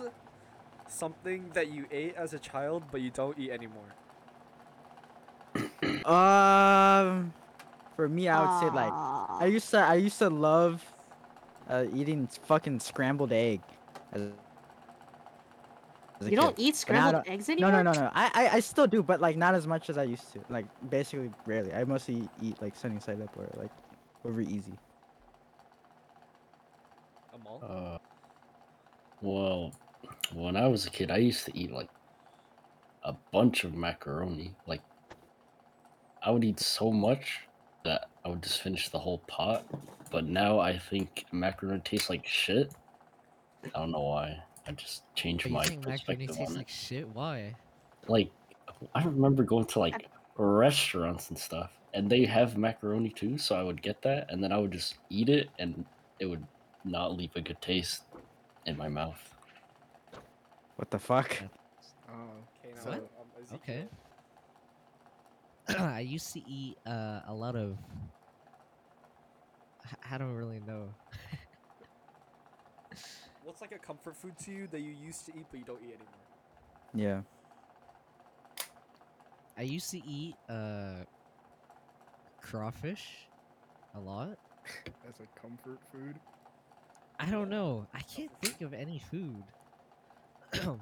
[SPEAKER 2] something that you ate as a child but you don't eat anymore?
[SPEAKER 7] Um, for me, I would say like
[SPEAKER 5] Ah.
[SPEAKER 7] I used to I used to love uh, eating fucking scrambled egg. As, as a
[SPEAKER 5] you don't
[SPEAKER 7] kid.
[SPEAKER 5] eat
[SPEAKER 7] But now I
[SPEAKER 5] scrambled
[SPEAKER 7] don't-
[SPEAKER 5] eggs
[SPEAKER 7] No,
[SPEAKER 5] anymore?
[SPEAKER 7] no, no, no. I, I I still do, but like not as much as I used to. Like basically rarely. I mostly eat like sunny side up or like over easy.
[SPEAKER 2] A mall?
[SPEAKER 4] Uh, well, when I was a kid, I used to eat like a bunch of macaroni. Like, I would eat so much that I would just finish the whole pot. But now I think macaroni tastes like shit. I don't know why. I just changed
[SPEAKER 3] But you
[SPEAKER 4] my
[SPEAKER 3] think macaroni
[SPEAKER 4] perspective
[SPEAKER 3] tastes
[SPEAKER 4] on
[SPEAKER 3] like
[SPEAKER 4] it.
[SPEAKER 3] shit? Why?
[SPEAKER 4] Like, I remember going to like restaurants and stuff, and they have macaroni too. So I would get that, and then I would just eat it, and it would not leave a good taste in my mouth.
[SPEAKER 7] What the fuck?
[SPEAKER 1] Oh,
[SPEAKER 2] Okay, now,
[SPEAKER 1] so-
[SPEAKER 2] um, Ezekiel.
[SPEAKER 3] Okay. I used to eat uh, a lot of. H- I don't really know.
[SPEAKER 2] What's like a comfort food to you that you used to eat but you don't eat anymore?
[SPEAKER 7] Yeah.
[SPEAKER 3] I used to eat uh, crawfish a lot.
[SPEAKER 1] that's a comfort food.
[SPEAKER 3] I don't know. I can't think of any food.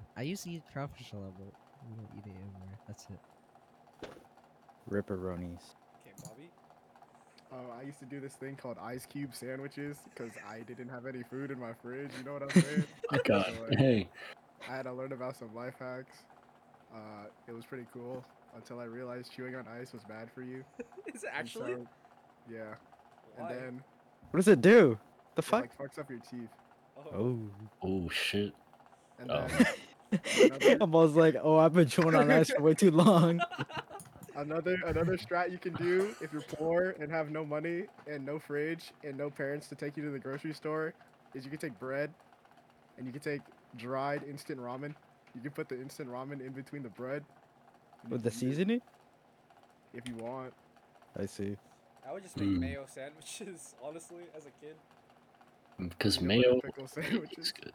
[SPEAKER 3] I used to eat crawfish a lot, but we don't eat it anymore. That's it.
[SPEAKER 7] Ripperonis.
[SPEAKER 2] Okay, Bobby.
[SPEAKER 1] Oh, I used to do this thing called ice cube sandwiches because I didn't have any food in my fridge. You know what I'm saying?
[SPEAKER 4] I got
[SPEAKER 1] So, like,
[SPEAKER 4] hey,
[SPEAKER 1] I had to learn about some life hacks. Uh, it was pretty cool until I realized chewing on ice was bad for you.
[SPEAKER 2] Is
[SPEAKER 1] and
[SPEAKER 2] it actually?
[SPEAKER 1] so- yeah,
[SPEAKER 2] Why?
[SPEAKER 1] and then
[SPEAKER 7] What does it do? The
[SPEAKER 1] it,
[SPEAKER 7] fuck?
[SPEAKER 1] like fucks up your teeth.
[SPEAKER 2] Oh.
[SPEAKER 7] Oh.
[SPEAKER 4] oh shit.
[SPEAKER 1] And
[SPEAKER 4] Oh.
[SPEAKER 1] then another,
[SPEAKER 7] I'm always like, oh, I've been chewing on ice for way too long.
[SPEAKER 1] another another strat you can do if you're poor and have no money and no fridge and no parents to take you to the grocery store is you can take bread and you can take dried instant ramen. You can put the instant ramen in between the bread and you
[SPEAKER 7] With the
[SPEAKER 1] can eat it
[SPEAKER 7] seasoning?
[SPEAKER 1] if you want.
[SPEAKER 7] I see.
[SPEAKER 2] I would just make
[SPEAKER 4] Mm.
[SPEAKER 2] mayo sandwiches, honestly, as a kid.
[SPEAKER 4] Because
[SPEAKER 1] You can put in
[SPEAKER 4] mayo
[SPEAKER 1] pickle
[SPEAKER 4] is
[SPEAKER 1] sandwiches.
[SPEAKER 4] good.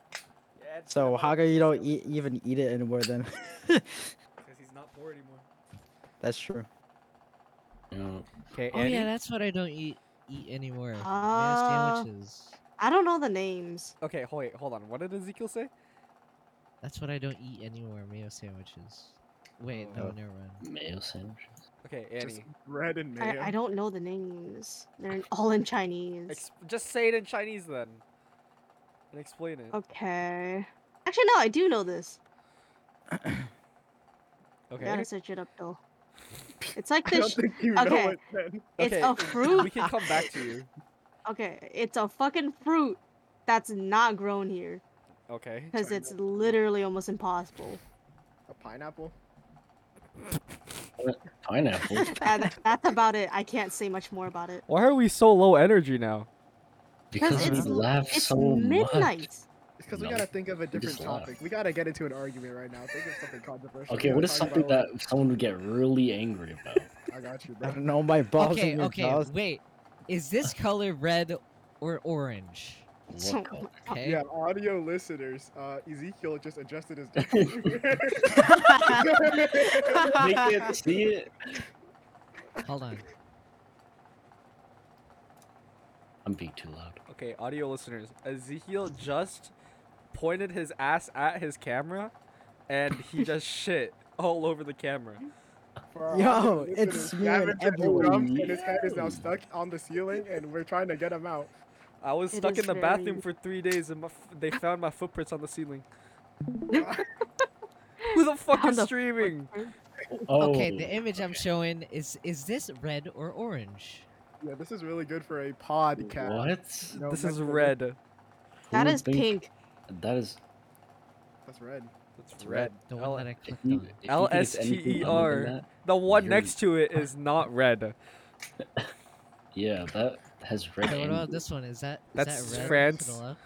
[SPEAKER 2] Yeah, it's
[SPEAKER 7] So
[SPEAKER 2] mayo
[SPEAKER 7] how come you don't
[SPEAKER 2] sandwich,
[SPEAKER 7] eat, even eat it anymore then?
[SPEAKER 2] Because he's not poor anymore.
[SPEAKER 7] That's true.
[SPEAKER 4] Yeah.
[SPEAKER 7] Okay,
[SPEAKER 3] Oh yeah, that's what I don't eat eat anymore. Mayo
[SPEAKER 5] Ah.
[SPEAKER 3] sandwiches.
[SPEAKER 5] I don't know the names.
[SPEAKER 2] Okay, ho- wait, hold on. What did Ezekiel say?
[SPEAKER 3] That's what I don't eat anymore. Mayo sandwiches. Wait, no,
[SPEAKER 7] Oh.
[SPEAKER 3] never mind.
[SPEAKER 4] Mayo sandwiches.
[SPEAKER 2] Okay,
[SPEAKER 1] Just
[SPEAKER 2] Annie.
[SPEAKER 1] bread and mayo.
[SPEAKER 5] I, I don't know the names. They're in- all in Chinese.
[SPEAKER 2] Ex- just say it in Chinese then. And explain it.
[SPEAKER 5] okay. Actually, no, I do know this. I
[SPEAKER 2] Okay.
[SPEAKER 5] gotta search it up though. It's like
[SPEAKER 1] I don't
[SPEAKER 5] this.
[SPEAKER 1] think you
[SPEAKER 5] okay.
[SPEAKER 1] know it then.
[SPEAKER 5] It's
[SPEAKER 2] okay.
[SPEAKER 5] a
[SPEAKER 2] We
[SPEAKER 5] fruit.
[SPEAKER 2] can come back to you.
[SPEAKER 5] Okay, it's a fucking fruit that's not grown here
[SPEAKER 2] Okay.
[SPEAKER 5] because it's literally almost impossible.
[SPEAKER 1] A pineapple?
[SPEAKER 4] Pineapple.
[SPEAKER 5] That, that's about it. I can't say much more about it.
[SPEAKER 2] Why are we so low energy now?
[SPEAKER 4] Because
[SPEAKER 5] it's
[SPEAKER 4] we
[SPEAKER 5] l-
[SPEAKER 4] laugh
[SPEAKER 5] It's
[SPEAKER 4] so
[SPEAKER 5] midnight.
[SPEAKER 4] much.
[SPEAKER 1] It's because
[SPEAKER 4] No.
[SPEAKER 1] we gotta think of a different
[SPEAKER 4] just laugh.
[SPEAKER 1] topic. We gotta get into an argument right now. Think of something controversial.
[SPEAKER 4] Okay,
[SPEAKER 1] We
[SPEAKER 4] what
[SPEAKER 1] gotta
[SPEAKER 4] is
[SPEAKER 1] talk
[SPEAKER 4] something that
[SPEAKER 1] about-
[SPEAKER 4] someone would get really angry about?
[SPEAKER 1] I got you,
[SPEAKER 7] I
[SPEAKER 1] bro.
[SPEAKER 7] don't know my balls
[SPEAKER 3] Okay,
[SPEAKER 7] in your
[SPEAKER 3] okay,
[SPEAKER 7] mouth.
[SPEAKER 3] wait. Is this color red or orange?
[SPEAKER 4] What
[SPEAKER 5] So-
[SPEAKER 4] color?
[SPEAKER 3] Okay.
[SPEAKER 1] Yeah, audio listeners. Uh, Ezekiel just adjusted his. dick.
[SPEAKER 4] Make it see it.
[SPEAKER 3] Hold on.
[SPEAKER 4] I'm being too loud.
[SPEAKER 2] Okay, audio listeners. Ezekiel just pointed his ass at his camera and he just shit all over the camera.
[SPEAKER 1] For our
[SPEAKER 7] Yo,
[SPEAKER 1] audio
[SPEAKER 7] it's
[SPEAKER 1] listeners,
[SPEAKER 7] smearing
[SPEAKER 1] Gavin just
[SPEAKER 7] everywhere.
[SPEAKER 1] jumped And his head is now
[SPEAKER 4] Yo.
[SPEAKER 1] stuck on the ceiling, and we're trying to get him out.
[SPEAKER 2] I was
[SPEAKER 5] It
[SPEAKER 2] stuck in
[SPEAKER 5] is
[SPEAKER 2] the bathroom
[SPEAKER 5] very-
[SPEAKER 2] for three days and my f- they found my footprints on the ceiling. Who the fuck
[SPEAKER 5] Found
[SPEAKER 2] is
[SPEAKER 5] the
[SPEAKER 2] streaming?
[SPEAKER 4] Oh,
[SPEAKER 3] Okay, the image I'm showing is is this red or orange?
[SPEAKER 1] Yeah, this is really good for a podcast.
[SPEAKER 4] what?
[SPEAKER 1] No,
[SPEAKER 2] this
[SPEAKER 1] that's
[SPEAKER 2] is
[SPEAKER 1] the-
[SPEAKER 2] red.
[SPEAKER 5] That
[SPEAKER 4] would
[SPEAKER 5] is
[SPEAKER 4] think-
[SPEAKER 5] pink.
[SPEAKER 4] That is.
[SPEAKER 1] That's red.
[SPEAKER 2] It's
[SPEAKER 7] red.
[SPEAKER 3] The
[SPEAKER 2] L-
[SPEAKER 3] one that I
[SPEAKER 4] If
[SPEAKER 3] clicked
[SPEAKER 4] you,
[SPEAKER 3] on.
[SPEAKER 4] if you think it's anything other than
[SPEAKER 2] LSTER.
[SPEAKER 4] that,
[SPEAKER 2] The one
[SPEAKER 4] You're-
[SPEAKER 2] next to it is not red.
[SPEAKER 4] yeah, that has red.
[SPEAKER 3] So what about
[SPEAKER 4] ink.
[SPEAKER 3] this one? Is that is
[SPEAKER 2] That's
[SPEAKER 3] that red?
[SPEAKER 2] France.
[SPEAKER 3] Finola?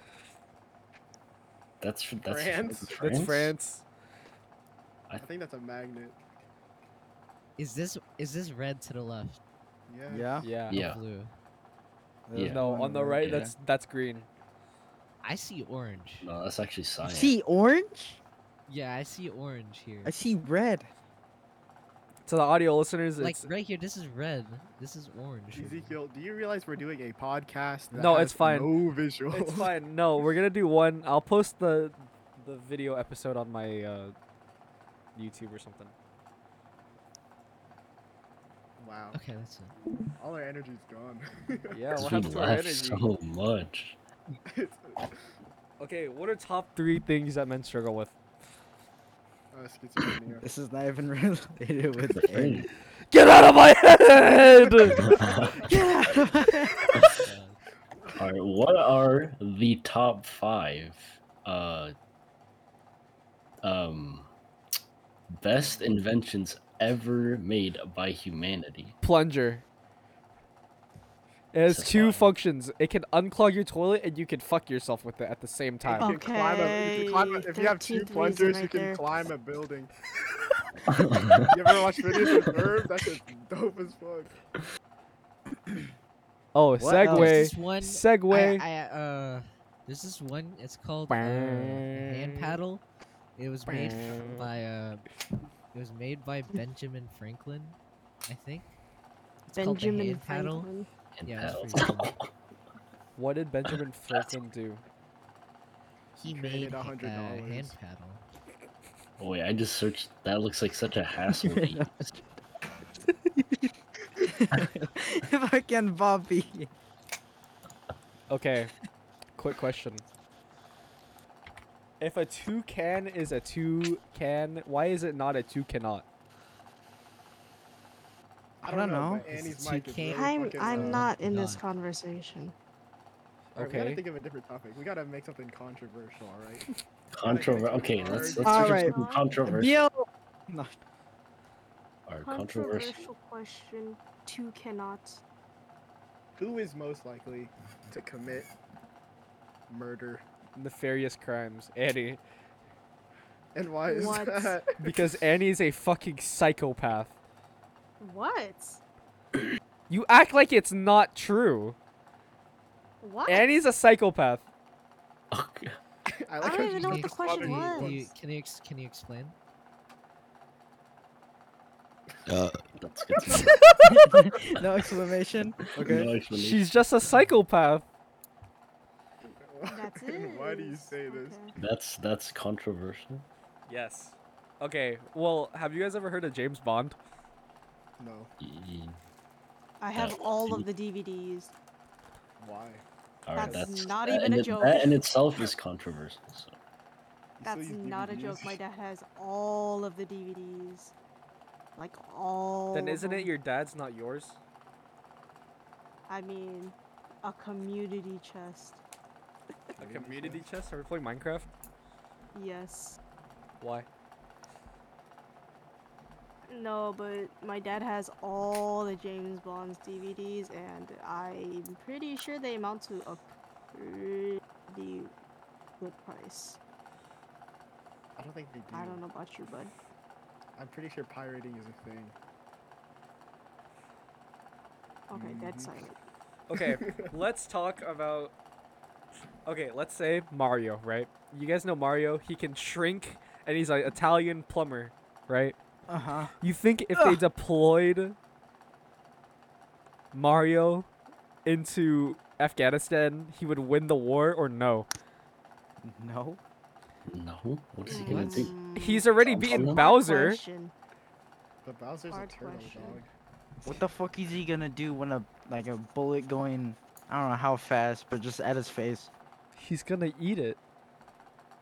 [SPEAKER 4] That's fr- that's
[SPEAKER 1] France?
[SPEAKER 4] France.
[SPEAKER 1] That's
[SPEAKER 2] That's France.
[SPEAKER 1] I think that's a magnet.
[SPEAKER 3] Is this is this red to the left?
[SPEAKER 1] Yeah.
[SPEAKER 7] Yeah.
[SPEAKER 2] Yeah.
[SPEAKER 3] or
[SPEAKER 4] Yeah.
[SPEAKER 3] Blue.
[SPEAKER 7] there's
[SPEAKER 4] Yeah.
[SPEAKER 2] No,
[SPEAKER 7] one
[SPEAKER 2] on the right,
[SPEAKER 4] Yeah.
[SPEAKER 2] that's that's green.
[SPEAKER 3] I see orange.
[SPEAKER 4] No, that's actually
[SPEAKER 7] I
[SPEAKER 4] science.
[SPEAKER 7] see orange.
[SPEAKER 3] Yeah, I see orange here.
[SPEAKER 7] I see red.
[SPEAKER 2] To the audio listeners,
[SPEAKER 3] like
[SPEAKER 2] it's
[SPEAKER 3] right here, this is red. This is orange. over here.
[SPEAKER 1] Ezekiel, do you realize we're doing a podcast? That
[SPEAKER 2] No, it's
[SPEAKER 1] has
[SPEAKER 2] fine.
[SPEAKER 1] No visuals.
[SPEAKER 2] it's fine. No, we're gonna do one. I'll post the the video episode on my uh, YouTube or something.
[SPEAKER 1] Wow.
[SPEAKER 3] Okay, that's it.
[SPEAKER 1] All our energy's gone.
[SPEAKER 2] Yeah, what
[SPEAKER 4] Because we
[SPEAKER 2] happened to our
[SPEAKER 4] laugh
[SPEAKER 2] energy?
[SPEAKER 4] so much.
[SPEAKER 1] It's- uh,
[SPEAKER 2] Okay, what are top three things that men struggle with?
[SPEAKER 1] uh, schizophrenia.
[SPEAKER 7] This is not even related with
[SPEAKER 4] The
[SPEAKER 7] any.
[SPEAKER 4] ink.
[SPEAKER 2] Get out of my head!
[SPEAKER 3] Uh,
[SPEAKER 4] All right, what are the top five? Uh, um, best inventions ever made by humanity.
[SPEAKER 2] Plunger. It has
[SPEAKER 4] It's a
[SPEAKER 2] two
[SPEAKER 4] fine.
[SPEAKER 2] functions. It can unclog your toilet and you can fuck yourself with it at the same time.
[SPEAKER 1] You can climb a- you can climb a-
[SPEAKER 5] Okay,
[SPEAKER 1] if you have
[SPEAKER 5] 13
[SPEAKER 1] two
[SPEAKER 5] threes in
[SPEAKER 1] plungers, you
[SPEAKER 5] right
[SPEAKER 1] can
[SPEAKER 5] there.
[SPEAKER 1] climb a building.
[SPEAKER 4] I
[SPEAKER 1] You ever watch videos with Herb? That's just dope as fuck.
[SPEAKER 2] Oh,
[SPEAKER 3] There's
[SPEAKER 2] segue.
[SPEAKER 3] this one.
[SPEAKER 2] Segue.
[SPEAKER 3] I, I, uh, there's this one. It's called uh, hand paddle. It was made f- by uh, it was made by Benjamin Franklin, I think. It's called the
[SPEAKER 5] Benjamin
[SPEAKER 3] hand paddle.
[SPEAKER 5] Franklin.
[SPEAKER 3] Yeah, it was
[SPEAKER 4] paddles.
[SPEAKER 3] pretty cool.
[SPEAKER 2] What did Benjamin Franklin do?
[SPEAKER 3] He
[SPEAKER 1] Created
[SPEAKER 3] made
[SPEAKER 1] a
[SPEAKER 3] a
[SPEAKER 1] hundred dollars.
[SPEAKER 3] hand paddle.
[SPEAKER 4] Oh, wait, I just searched. That looks like such a hassle. to eat.
[SPEAKER 7] Fucking Bobby.
[SPEAKER 2] Okay, quick question. If a two can is a two can, why is it not a two cannot?
[SPEAKER 1] I
[SPEAKER 7] don't know.
[SPEAKER 1] but
[SPEAKER 3] Is it
[SPEAKER 1] Annie's
[SPEAKER 3] two
[SPEAKER 1] mic is really
[SPEAKER 3] cans?
[SPEAKER 5] I'm
[SPEAKER 1] fucking, uh,
[SPEAKER 5] I'm not in this
[SPEAKER 3] not.
[SPEAKER 5] conversation.
[SPEAKER 1] alright, we gotta
[SPEAKER 2] Okay.
[SPEAKER 1] think of a different topic. We gotta make something controversial, all right?
[SPEAKER 4] Controver- Okay, let's let's
[SPEAKER 7] All
[SPEAKER 4] search
[SPEAKER 7] right.
[SPEAKER 4] something controversial.
[SPEAKER 7] Yo. No.
[SPEAKER 4] Or controversial.
[SPEAKER 5] question. Two cannot.
[SPEAKER 1] Who is most likely to commit murder?
[SPEAKER 2] Nefarious crimes, Annie,
[SPEAKER 1] And why is
[SPEAKER 5] What?
[SPEAKER 1] that?
[SPEAKER 2] because Annie is a fucking psychopath.
[SPEAKER 5] What?
[SPEAKER 2] You act like it's not true.
[SPEAKER 5] What?
[SPEAKER 2] Annie's a psychopath.
[SPEAKER 4] Okay.
[SPEAKER 5] I
[SPEAKER 1] how
[SPEAKER 5] don't
[SPEAKER 1] you
[SPEAKER 5] even know
[SPEAKER 1] just
[SPEAKER 5] what the
[SPEAKER 1] keep
[SPEAKER 5] question
[SPEAKER 1] swapping
[SPEAKER 5] was.
[SPEAKER 3] Can you,
[SPEAKER 1] ones.
[SPEAKER 3] can you, ex- can you explain?
[SPEAKER 4] That's good. to
[SPEAKER 7] no exclamation. Okay.
[SPEAKER 4] know. No explanation.
[SPEAKER 2] She's just a psychopath.
[SPEAKER 5] That's it.
[SPEAKER 1] Why do you say this?
[SPEAKER 5] Okay.
[SPEAKER 4] That's that's controversial.
[SPEAKER 2] Yes. Okay. Well, have you guys ever heard of James Bond?
[SPEAKER 1] No.
[SPEAKER 4] Ye-
[SPEAKER 5] I have
[SPEAKER 4] Yeah.
[SPEAKER 5] all of the DVDs.
[SPEAKER 1] Why?
[SPEAKER 4] All right,
[SPEAKER 5] That's
[SPEAKER 4] that's,
[SPEAKER 5] not
[SPEAKER 4] that in
[SPEAKER 5] even a
[SPEAKER 4] it-
[SPEAKER 5] joke.
[SPEAKER 4] That in itself is controversial. So.
[SPEAKER 1] You still
[SPEAKER 5] That's
[SPEAKER 1] use
[SPEAKER 5] not a joke.
[SPEAKER 1] DVDs?
[SPEAKER 5] My dad has all of the DVDs. Like all.
[SPEAKER 2] Then
[SPEAKER 5] of
[SPEAKER 2] isn't it
[SPEAKER 5] them.
[SPEAKER 2] your dad's, not yours?
[SPEAKER 5] I mean, a community chest.
[SPEAKER 2] A
[SPEAKER 1] Community
[SPEAKER 2] community chest? Are we playing Minecraft?
[SPEAKER 5] Yes.
[SPEAKER 2] Why?
[SPEAKER 5] No, but my dad has all the James Bond's DVDs, and I'm pretty sure they amount to a pretty good price.
[SPEAKER 1] I don't think they do.
[SPEAKER 5] I don't know about you, bud.
[SPEAKER 1] I'm pretty sure pirating is a thing.
[SPEAKER 5] Okay,
[SPEAKER 1] Mhm.
[SPEAKER 5] dead silent.
[SPEAKER 2] Okay. let's talk about. Okay, let's say Mario, right? You guys know Mario. He can shrink, and he's an Italian plumber, right?
[SPEAKER 7] Uh huh.
[SPEAKER 2] You think if they deployed Mario into Afghanistan, he would win the war or no?
[SPEAKER 7] No.
[SPEAKER 4] No, what is he gonna do?
[SPEAKER 2] He's already
[SPEAKER 4] Sounds
[SPEAKER 2] beaten
[SPEAKER 4] like-
[SPEAKER 2] Bowser.
[SPEAKER 5] Question.
[SPEAKER 1] But Bowser's
[SPEAKER 5] Hard
[SPEAKER 1] a turtle
[SPEAKER 5] question.
[SPEAKER 1] dog.
[SPEAKER 7] What the fuck is he gonna do when a like a bullet going? I don't know how fast, but just at his face.
[SPEAKER 2] He's gonna eat it.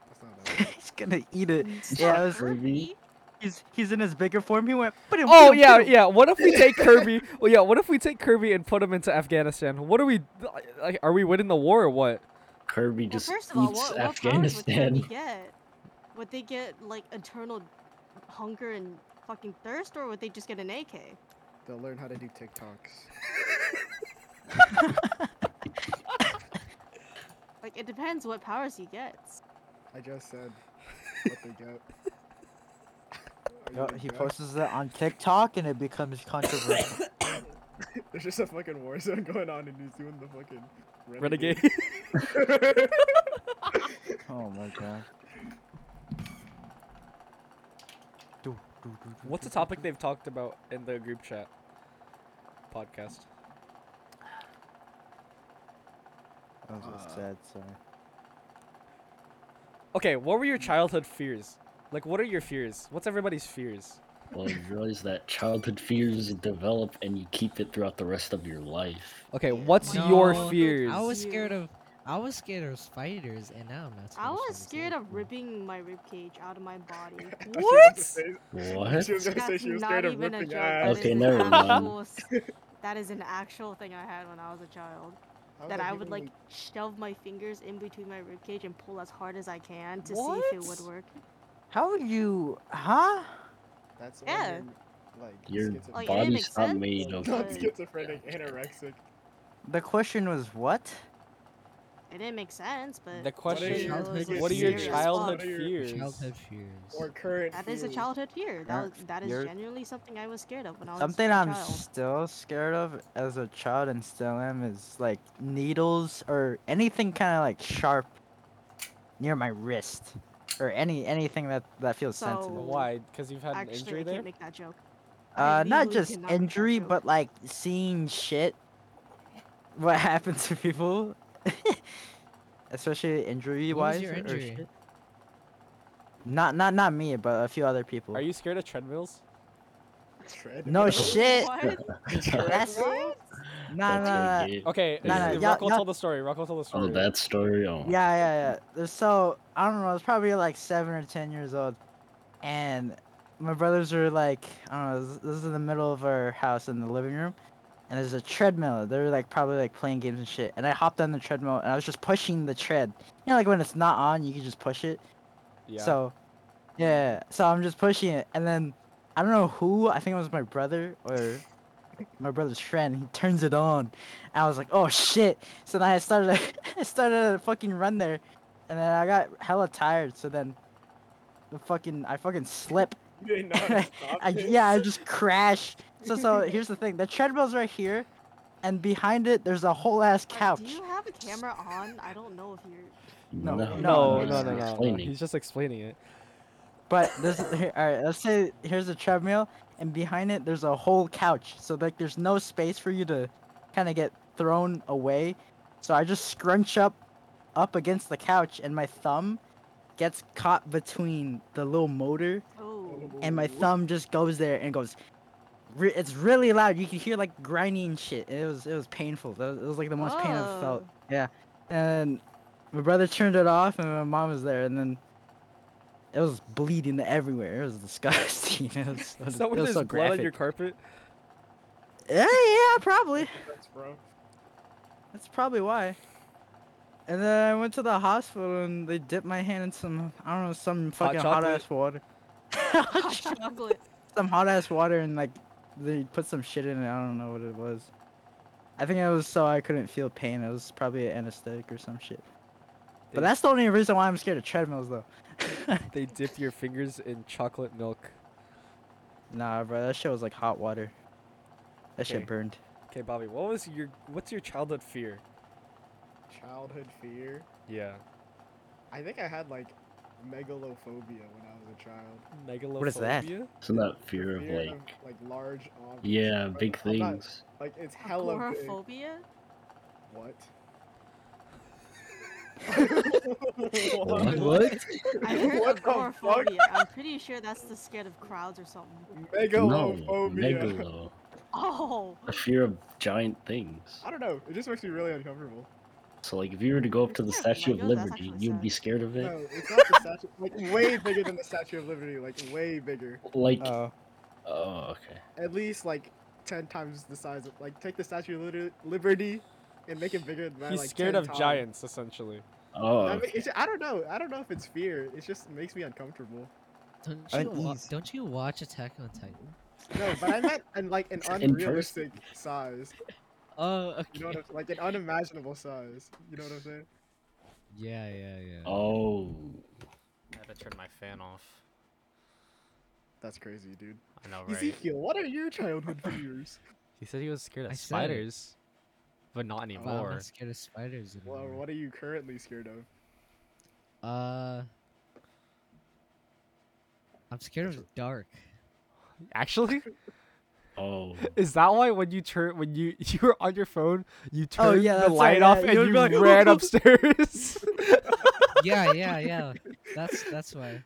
[SPEAKER 1] That's not a
[SPEAKER 7] he's gonna eat it.
[SPEAKER 5] Stop
[SPEAKER 7] Yeah, that's-
[SPEAKER 5] hurting me.
[SPEAKER 7] he's he's in his bigger form. He went. "Ba-dum,
[SPEAKER 2] Oh
[SPEAKER 7] ba-dum,
[SPEAKER 2] yeah,
[SPEAKER 7] ba-dum."
[SPEAKER 2] yeah. What if we take Kirby? Well, yeah. What if we take Kirby and put him into Afghanistan? What are we? Like, are we winning the war or what?
[SPEAKER 4] Kirby
[SPEAKER 5] Well,
[SPEAKER 4] just
[SPEAKER 5] first of all,
[SPEAKER 4] eats
[SPEAKER 5] what, what powers would
[SPEAKER 4] Afghanistan.
[SPEAKER 5] Kirby get? Would they get like eternal hunger and fucking thirst, or would they just get an AK?
[SPEAKER 1] They'll learn how to do TikToks.
[SPEAKER 5] Like it depends what powers he gets.
[SPEAKER 1] I just said what they get. Are you
[SPEAKER 7] Yo,
[SPEAKER 1] gonna
[SPEAKER 7] he
[SPEAKER 1] guess?
[SPEAKER 7] posts it on TikTok and it becomes controversial.
[SPEAKER 1] There's just a fucking war zone going on and he's doing the fucking
[SPEAKER 2] Renegade.
[SPEAKER 7] oh my god. Do, do, do, do,
[SPEAKER 2] What's a
[SPEAKER 7] do,
[SPEAKER 2] topic
[SPEAKER 7] do,
[SPEAKER 2] they've talked about in the group chat podcast?
[SPEAKER 7] do. That was a
[SPEAKER 1] Uh,
[SPEAKER 7] sad song.
[SPEAKER 2] Okay, what were your childhood fears? Like, what are your fears? What's everybody's fears?
[SPEAKER 4] Well, you realize that childhood fears develop and you keep it throughout the rest of your life.
[SPEAKER 2] Okay,
[SPEAKER 5] Yeah,
[SPEAKER 2] what's
[SPEAKER 5] my
[SPEAKER 2] your
[SPEAKER 5] childhood- I
[SPEAKER 2] fears?
[SPEAKER 3] I was
[SPEAKER 5] Fears.
[SPEAKER 3] scared of I was scared of spiders, and now I'm not. Scared
[SPEAKER 5] I
[SPEAKER 3] of
[SPEAKER 5] was
[SPEAKER 3] spiders
[SPEAKER 5] scared of
[SPEAKER 3] anymore.
[SPEAKER 5] ripping my ribcage out of my body.
[SPEAKER 2] What?
[SPEAKER 4] What?
[SPEAKER 5] Oh,
[SPEAKER 1] She was gonna say
[SPEAKER 5] That's
[SPEAKER 1] she was
[SPEAKER 5] not
[SPEAKER 1] scared of
[SPEAKER 5] even a
[SPEAKER 1] ripping
[SPEAKER 5] joke.
[SPEAKER 1] ass.
[SPEAKER 5] That
[SPEAKER 4] Okay,
[SPEAKER 5] is an
[SPEAKER 4] never mind.
[SPEAKER 5] actual s- that is an actual thing I had when I was a child.
[SPEAKER 1] How is
[SPEAKER 5] that I
[SPEAKER 1] even
[SPEAKER 5] would like shove my fingers in between my ribcage and pull as hard as I can to see if it would
[SPEAKER 2] What?
[SPEAKER 5] work.
[SPEAKER 7] How you? Huh?
[SPEAKER 1] like- That's
[SPEAKER 5] Yeah.
[SPEAKER 1] when you're, like
[SPEAKER 4] Your
[SPEAKER 1] schizophrenic.
[SPEAKER 5] Like, it didn't make
[SPEAKER 4] body's not
[SPEAKER 5] sense,
[SPEAKER 4] made of.
[SPEAKER 1] not
[SPEAKER 5] but-
[SPEAKER 1] schizophrenic, anorexic.
[SPEAKER 7] The question was what?
[SPEAKER 5] Oh, It didn't make sense, but
[SPEAKER 2] The question
[SPEAKER 1] is-
[SPEAKER 2] is,
[SPEAKER 1] Childhood
[SPEAKER 5] it was
[SPEAKER 2] what are your
[SPEAKER 5] scary as
[SPEAKER 1] fears.
[SPEAKER 2] childhood
[SPEAKER 1] What are your
[SPEAKER 2] fears?
[SPEAKER 3] Childhood
[SPEAKER 1] Or
[SPEAKER 3] fears.
[SPEAKER 1] current.
[SPEAKER 5] That is a
[SPEAKER 1] fears.
[SPEAKER 5] childhood fear. That
[SPEAKER 7] You're-
[SPEAKER 5] was, that is
[SPEAKER 7] you're-
[SPEAKER 5] genuinely something I was scared of when I was
[SPEAKER 7] Something
[SPEAKER 5] a
[SPEAKER 7] I'm
[SPEAKER 5] child.
[SPEAKER 7] still scared of as a child and still am is like needles or anything kind of like sharp near my wrist or any anything that that feels sensitive.
[SPEAKER 5] So-
[SPEAKER 2] Why? Because you've had
[SPEAKER 5] Actually,
[SPEAKER 2] an injury
[SPEAKER 5] I can't
[SPEAKER 2] there.
[SPEAKER 5] make that joke. I
[SPEAKER 7] Uh, not
[SPEAKER 5] legally
[SPEAKER 7] just
[SPEAKER 5] cannot make that
[SPEAKER 7] injury,
[SPEAKER 5] joke.
[SPEAKER 7] but like seeing shit. What happens to people, especially injury
[SPEAKER 3] What
[SPEAKER 7] wise.
[SPEAKER 3] was your injury?
[SPEAKER 7] Not not not me, but a few other people.
[SPEAKER 2] Are you scared of treadmills?
[SPEAKER 1] Tread
[SPEAKER 7] No
[SPEAKER 1] mill.
[SPEAKER 7] Oh, shit.
[SPEAKER 5] What?
[SPEAKER 7] That's
[SPEAKER 5] What?
[SPEAKER 4] That's
[SPEAKER 7] nah nah. nah.
[SPEAKER 4] what it-
[SPEAKER 2] Okay,
[SPEAKER 4] No, no,
[SPEAKER 2] uh,
[SPEAKER 7] y'all-
[SPEAKER 2] Rocco
[SPEAKER 7] y'all-
[SPEAKER 2] told the story. Rocco told the story.
[SPEAKER 4] Oh, that story. Oh,
[SPEAKER 7] Yeah, yeah, yeah. So I don't know. I was probably like seven or ten years old, and my brothers were like, I don't know. This, this is in the middle of our house in the living room, and there's a treadmill. They were like probably like playing games and shit. And I hopped on the treadmill and I was just pushing the tread. You know, like when it's not on, you can just push it.
[SPEAKER 2] Yeah.
[SPEAKER 7] So, yeah. So I'm just pushing it, and then I don't know who. I think it was my brother or my brother's friend. He turns it on. And I was like, oh shit. So then I started, I started a fucking run there, and then I got hella tired. So then, the fucking, I fucking slip.
[SPEAKER 1] Oh, You did not
[SPEAKER 7] I,
[SPEAKER 1] stop
[SPEAKER 7] I-
[SPEAKER 1] it.
[SPEAKER 7] yeah, I just crash. So so here's the thing. The treadmill's right here, and behind it there's a whole ass
[SPEAKER 5] Uh,
[SPEAKER 7] couch.
[SPEAKER 5] Do you have a camera on? I don't know if you're.
[SPEAKER 7] No,
[SPEAKER 4] Oh, no,
[SPEAKER 7] no,
[SPEAKER 4] I'm
[SPEAKER 7] no,
[SPEAKER 4] just
[SPEAKER 7] no, no, no.
[SPEAKER 4] explaining.
[SPEAKER 2] He's just explaining it.
[SPEAKER 7] But this, here, all right. Let's say here's a treadmill, and behind it there's a whole couch. So like, there's no space for you to kind of get thrown away. So I just scrunch up up against the couch, and my thumb gets caught between the little motor,
[SPEAKER 5] Oh.
[SPEAKER 7] and my thumb just goes there and goes. Re- it's really loud. You can hear like grinding shit. It was it was painful. That was, it was like the most pain I've felt. And my brother turned it off, and my mom was there, and then it was bleeding everywhere. It was disgusting. It was, it was, it
[SPEAKER 2] Someone
[SPEAKER 7] was
[SPEAKER 2] just
[SPEAKER 7] so
[SPEAKER 2] blood on your
[SPEAKER 7] graphic.
[SPEAKER 2] carpet.
[SPEAKER 7] Yeah, yeah, probably.
[SPEAKER 1] That's bro.
[SPEAKER 7] That's probably why. And then I went to the hospital and they dipped my hand in some I don't know some fucking hot,
[SPEAKER 2] chocolate?
[SPEAKER 7] ass water.
[SPEAKER 5] Hot chocolate.
[SPEAKER 7] some hot ass water and like they put some shit in it. I don't know what it was. I think it was so I couldn't feel pain. It was probably an anesthetic or some shit. But
[SPEAKER 2] They-
[SPEAKER 7] that's the only reason why I'm scared of treadmills though.
[SPEAKER 2] They dip your fingers in chocolate milk.
[SPEAKER 7] nah, bro, that shit was like hot water. That
[SPEAKER 2] Okay.
[SPEAKER 7] shit burned.
[SPEAKER 2] Okay, Bobby, what was your what's your childhood fear?
[SPEAKER 1] Childhood fear.
[SPEAKER 2] Yeah.
[SPEAKER 1] I think I had like megalophobia when I was a child.
[SPEAKER 2] Megalophobia?
[SPEAKER 7] is that?
[SPEAKER 4] Isn't that fear of
[SPEAKER 1] Fear of,
[SPEAKER 4] like,
[SPEAKER 1] like large objects.
[SPEAKER 4] yeah,
[SPEAKER 1] but
[SPEAKER 4] big
[SPEAKER 1] I'm not-
[SPEAKER 4] things?
[SPEAKER 1] like it's hella big.
[SPEAKER 5] Agoraphobia?
[SPEAKER 1] What?
[SPEAKER 4] What?
[SPEAKER 5] I heard
[SPEAKER 1] What the fuck?
[SPEAKER 5] agoraphobia. I'm pretty sure that's the scared of crowds or something.
[SPEAKER 4] No,
[SPEAKER 1] Megalophobia.
[SPEAKER 4] megalo.
[SPEAKER 5] Oh,
[SPEAKER 4] A fear of giant things.
[SPEAKER 1] I don't know. It just makes me really uncomfortable.
[SPEAKER 4] So like, if you were to go up to the
[SPEAKER 5] Scared of
[SPEAKER 4] Statue of
[SPEAKER 5] Legos? That's
[SPEAKER 4] Liberty,
[SPEAKER 5] actually
[SPEAKER 4] you'd
[SPEAKER 5] sad.
[SPEAKER 4] be scared of it.
[SPEAKER 1] No, it's not the statue. Like way bigger than the Statue of Liberty. Like way bigger.
[SPEAKER 4] Like,
[SPEAKER 7] Oh.
[SPEAKER 4] oh, okay.
[SPEAKER 1] At least like ten times the size of. Like take the Statue of Liter- Liberty and make it bigger than that.
[SPEAKER 2] He's
[SPEAKER 1] like, 10
[SPEAKER 2] scared of
[SPEAKER 1] times.
[SPEAKER 2] giants, essentially.
[SPEAKER 4] Oh,
[SPEAKER 1] I, mean,
[SPEAKER 4] okay.
[SPEAKER 1] it's, I don't know. I don't know if it's fear. It just makes me uncomfortable.
[SPEAKER 3] Don't
[SPEAKER 7] An
[SPEAKER 3] you wa-
[SPEAKER 7] ease.
[SPEAKER 3] don't you watch Attack on Titan?
[SPEAKER 1] No, but I meant and like an
[SPEAKER 4] In person?
[SPEAKER 1] unrealistic size.
[SPEAKER 3] Oh, okay.
[SPEAKER 1] You know what I'm like an unimaginable size. You know what I'm saying?
[SPEAKER 3] Yeah, yeah, yeah.
[SPEAKER 4] oh,
[SPEAKER 8] I had to turn my fan off.
[SPEAKER 1] That's crazy, dude.
[SPEAKER 8] I know, right?
[SPEAKER 1] Ezekiel, what are your childhood fears?
[SPEAKER 8] He said he was scared of
[SPEAKER 3] I said it.
[SPEAKER 8] spiders, but not
[SPEAKER 3] Wow, I'm
[SPEAKER 8] anymore.
[SPEAKER 3] not scared of spiders
[SPEAKER 1] well,
[SPEAKER 3] anymore.
[SPEAKER 1] what are you currently scared of?
[SPEAKER 3] Uh, I'm scared of dark.
[SPEAKER 2] Actually,
[SPEAKER 4] oh.
[SPEAKER 2] is that why when you turn when you you were on your phone, you turned
[SPEAKER 7] Oh, yeah,
[SPEAKER 2] the
[SPEAKER 7] that's
[SPEAKER 2] light
[SPEAKER 7] right,
[SPEAKER 2] off
[SPEAKER 7] yeah,
[SPEAKER 2] and
[SPEAKER 7] you
[SPEAKER 2] you,
[SPEAKER 7] would be like,
[SPEAKER 2] ran upstairs?
[SPEAKER 3] Yeah, yeah, yeah. That's that's why.